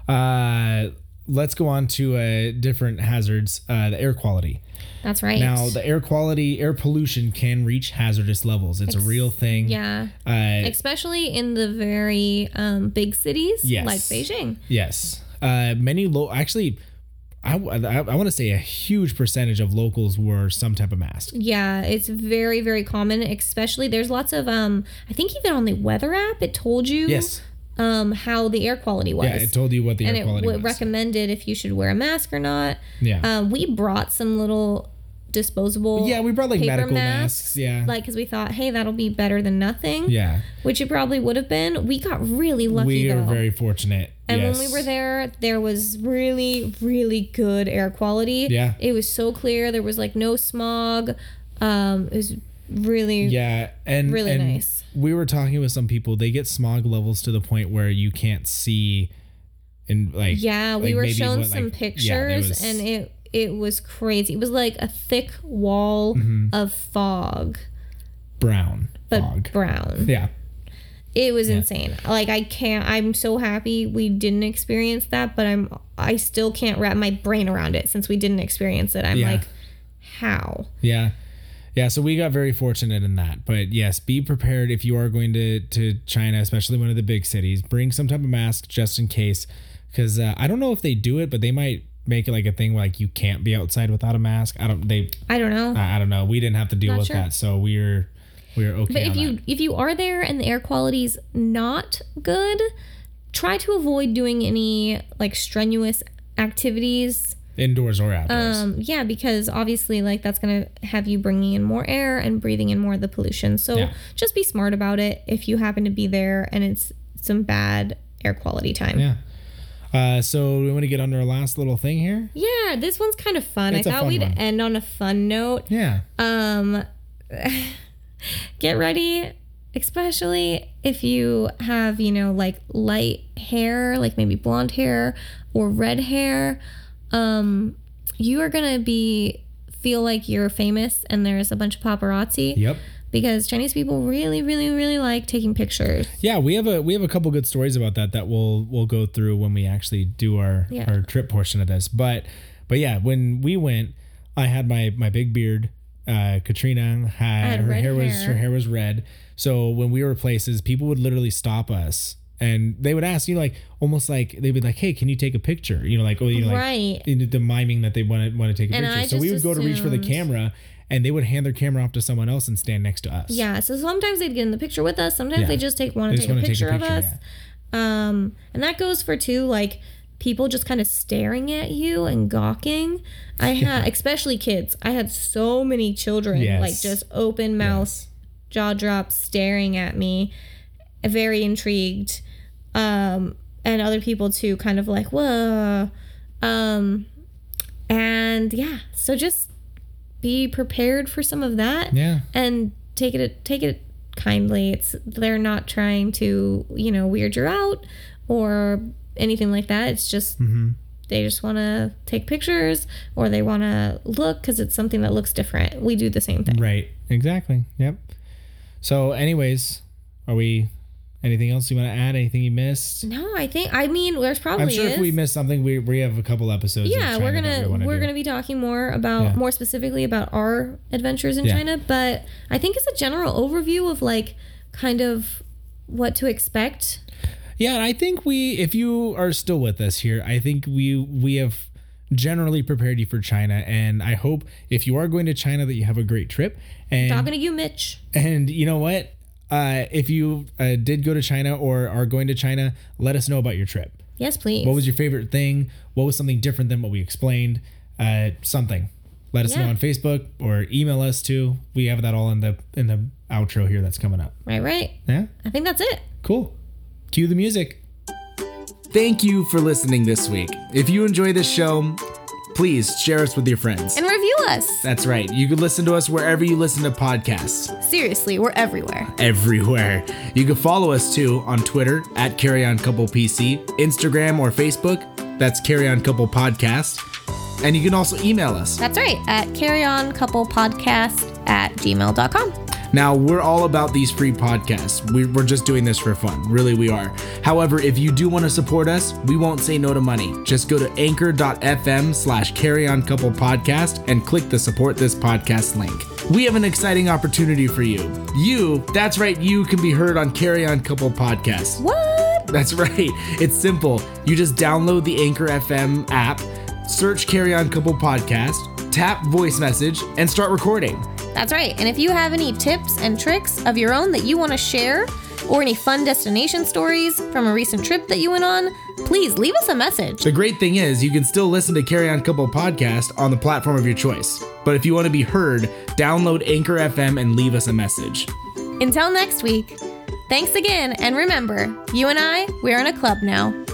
S1: Uh, let's go on to uh, different hazards. Uh, the air quality.
S2: That's right.
S1: Now, the air quality, air pollution can reach hazardous levels. It's a real thing.
S2: yeah.
S1: Uh,
S2: Especially in the very um, big cities
S1: Yes.
S2: like Beijing.
S1: Yes. Uh, many low, actually, I, want to say a huge percentage of locals wore some type of mask.
S2: Yeah, it's very very common, especially there's lots of um I think even on the weather app it told you
S1: Yes.
S2: um how the air quality was.
S1: Yeah, it told you what the
S2: and
S1: air
S2: it
S1: quality was.
S2: w- recommended if you should wear a mask or not.
S1: yeah.
S2: Um, we brought some little disposable
S1: yeah, we brought like
S2: paper
S1: medical masks.
S2: masks,
S1: Yeah.
S2: like because we thought, hey, that'll be better than nothing.
S1: yeah.
S2: which it probably would have been. We got really lucky
S1: we
S2: though.
S1: are very fortunate.
S2: And
S1: yes.
S2: when we were there, there was really, really good air quality.
S1: Yeah.
S2: It was so clear. There was like no smog. Um, it was really
S1: yeah, and
S2: really
S1: and
S2: nice.
S1: We were talking with some people. They get smog levels to the point where you can't see, and like
S2: Yeah, we
S1: like,
S2: were
S1: maybe
S2: shown
S1: what, like-
S2: some pictures
S1: yeah, there was-
S2: and it it was crazy. It was like a thick wall
S1: Mm-hmm.
S2: of fog,
S1: brown
S2: but
S1: fog.
S2: brown.
S1: yeah,
S2: It was insane. Like I can't I'm so happy we didn't experience that, but I'm I still can't wrap my brain around it since we didn't experience it. I'm
S1: Yeah.
S2: like how?
S1: yeah, yeah. So we got very fortunate in that. But yes, be prepared if you are going to to China, especially one of the big cities. Bring some type of mask just in case, because uh, I don't know if they do it, but they might make it like a thing where like you can't be outside without a mask. I don't. They
S2: I don't know.
S1: I I don't know. We didn't have to deal
S2: Not
S1: with
S2: sure.
S1: that, so we're we're okay.
S2: But if
S1: on
S2: you
S1: that.
S2: if you are there and the air quality's not good, try to avoid doing any like strenuous activities.
S1: indoors or outdoors,
S2: Um, yeah, because obviously like that's gonna have you bringing in more air and breathing in more of the pollution. So
S1: Yeah.
S2: just be smart about it if you happen to be there and it's some bad air quality time.
S1: yeah. Uh, so we want to get on to our last little thing here.
S2: Yeah, this one's kind of fun.
S1: It's a
S2: I thought
S1: fun
S2: we'd
S1: one.
S2: end on a fun note.
S1: Yeah,
S2: Um, (laughs) get ready, especially if you have, you know, like light hair, like maybe blonde hair or red hair. Um, you are gonna be feel like you're famous, and there's a bunch of paparazzi
S1: yep,
S2: because Chinese people really, really, really like taking pictures.
S1: Yeah, we have a we have a couple good stories about that that we'll we'll go through when we actually do our
S2: Yeah.
S1: our trip portion of this. But but yeah, when we went, I had my my big beard. Uh, Katrina had,
S2: had
S1: her
S2: red
S1: hair was
S2: hair.
S1: her hair was red. So when we were places, people would literally stop us and they would ask you know, like almost like they'd be like, "Hey, can you take a picture?" You know, like oh, you know, like
S2: right.
S1: into the miming that they want to want to take a
S2: And I
S1: picture. So we would
S2: just
S1: go to reach for the
S2: assumed-
S1: camera, and they would hand their camera off to someone else and stand next to us.
S2: Yeah. So sometimes they'd get in the picture with us. Sometimes
S1: Yeah.
S2: they just take want
S1: They just
S2: to take a
S1: wanna take a
S2: picture of
S1: picture,
S2: us. Um, and that goes for too, like people just kind of staring at you and gawking. I had, especially kids. I had so many children,
S1: Yes.
S2: like just open mouth, jaw dropped, staring at me, very intrigued. Um, and other people too, kind of like whoa. Um, and yeah, so just be prepared for some of that
S1: Yeah.
S2: and take it take it kindly. It's they're not trying to you know weird you out or anything like that. It's just
S1: Mm-hmm.
S2: they just want to take pictures or they want to look because it's something that looks different. We do the same thing.
S1: Right. Exactly. Yep. So, anyways, are we? Anything else you want to add? Anything you missed?
S2: No, I think I mean there's probably
S1: Mm-hmm. I'm sure
S2: is.
S1: if we missed something, we, we have a couple episodes. of
S2: yeah,
S1: China
S2: we're
S1: that
S2: gonna
S1: we wanna
S2: we're
S1: do.
S2: gonna be talking more about
S1: Yeah.
S2: more specifically about our adventures in
S1: Yeah.
S2: China, but I think it's a general overview of like kind of what to expect
S1: Yeah, and I think we, if you are still with us here, I think we we have generally prepared you for China, and I hope if you are going to China that you have a great trip. And
S2: talking to you, Mitch.
S1: And you know what? Uh, if you uh, did go to China or are going to China, let us know about your trip.
S2: Yes, please.
S1: What was your favorite thing? What was something different than what we explained? Uh, something. Let us know
S2: Yeah.
S1: on Facebook or email us too. We have that all in the in the outro here that's coming up.
S2: right, right.
S1: Yeah,
S2: I think that's it.
S1: cool. Cue the music.
S5: Thank you for listening this week. If you enjoy this show, please share us with your friends.
S6: And review us.
S5: That's right. You can listen to us wherever you listen to podcasts.
S6: Seriously, we're everywhere.
S5: everywhere. You can follow us too on Twitter at Carry On Couple PC, Instagram or Facebook. That's Carry On Couple Podcast. And you can also email us.
S6: That's right, at carryoncoupplepodcast at gmail.com.
S5: Now, we're all about these free podcasts. We, we're just doing this for fun. Really, we are. However, if you do want to support us, we won't say no to money. Just go to anchor.fm slash carry on couple podcast and click the support this podcast link. We have an exciting opportunity for you. You, that's right, you can be heard on Carry On Couple Podcast.
S6: What?
S5: That's right. It's simple. You just download the Anchor FM app, search Carry On Couple Podcast, tap voice message, and start recording.
S6: That's right. And if you have any tips and tricks of your own that you want to share, or any fun destination stories from a recent trip that you went on, please leave us a message.
S5: The great thing is, you can still listen to Carry On Couple Podcast on the platform of your choice. But if you want to be heard, download Anchor FM and leave us a message.
S6: Until next week, thanks again, and remember, you and I, we're in a club now.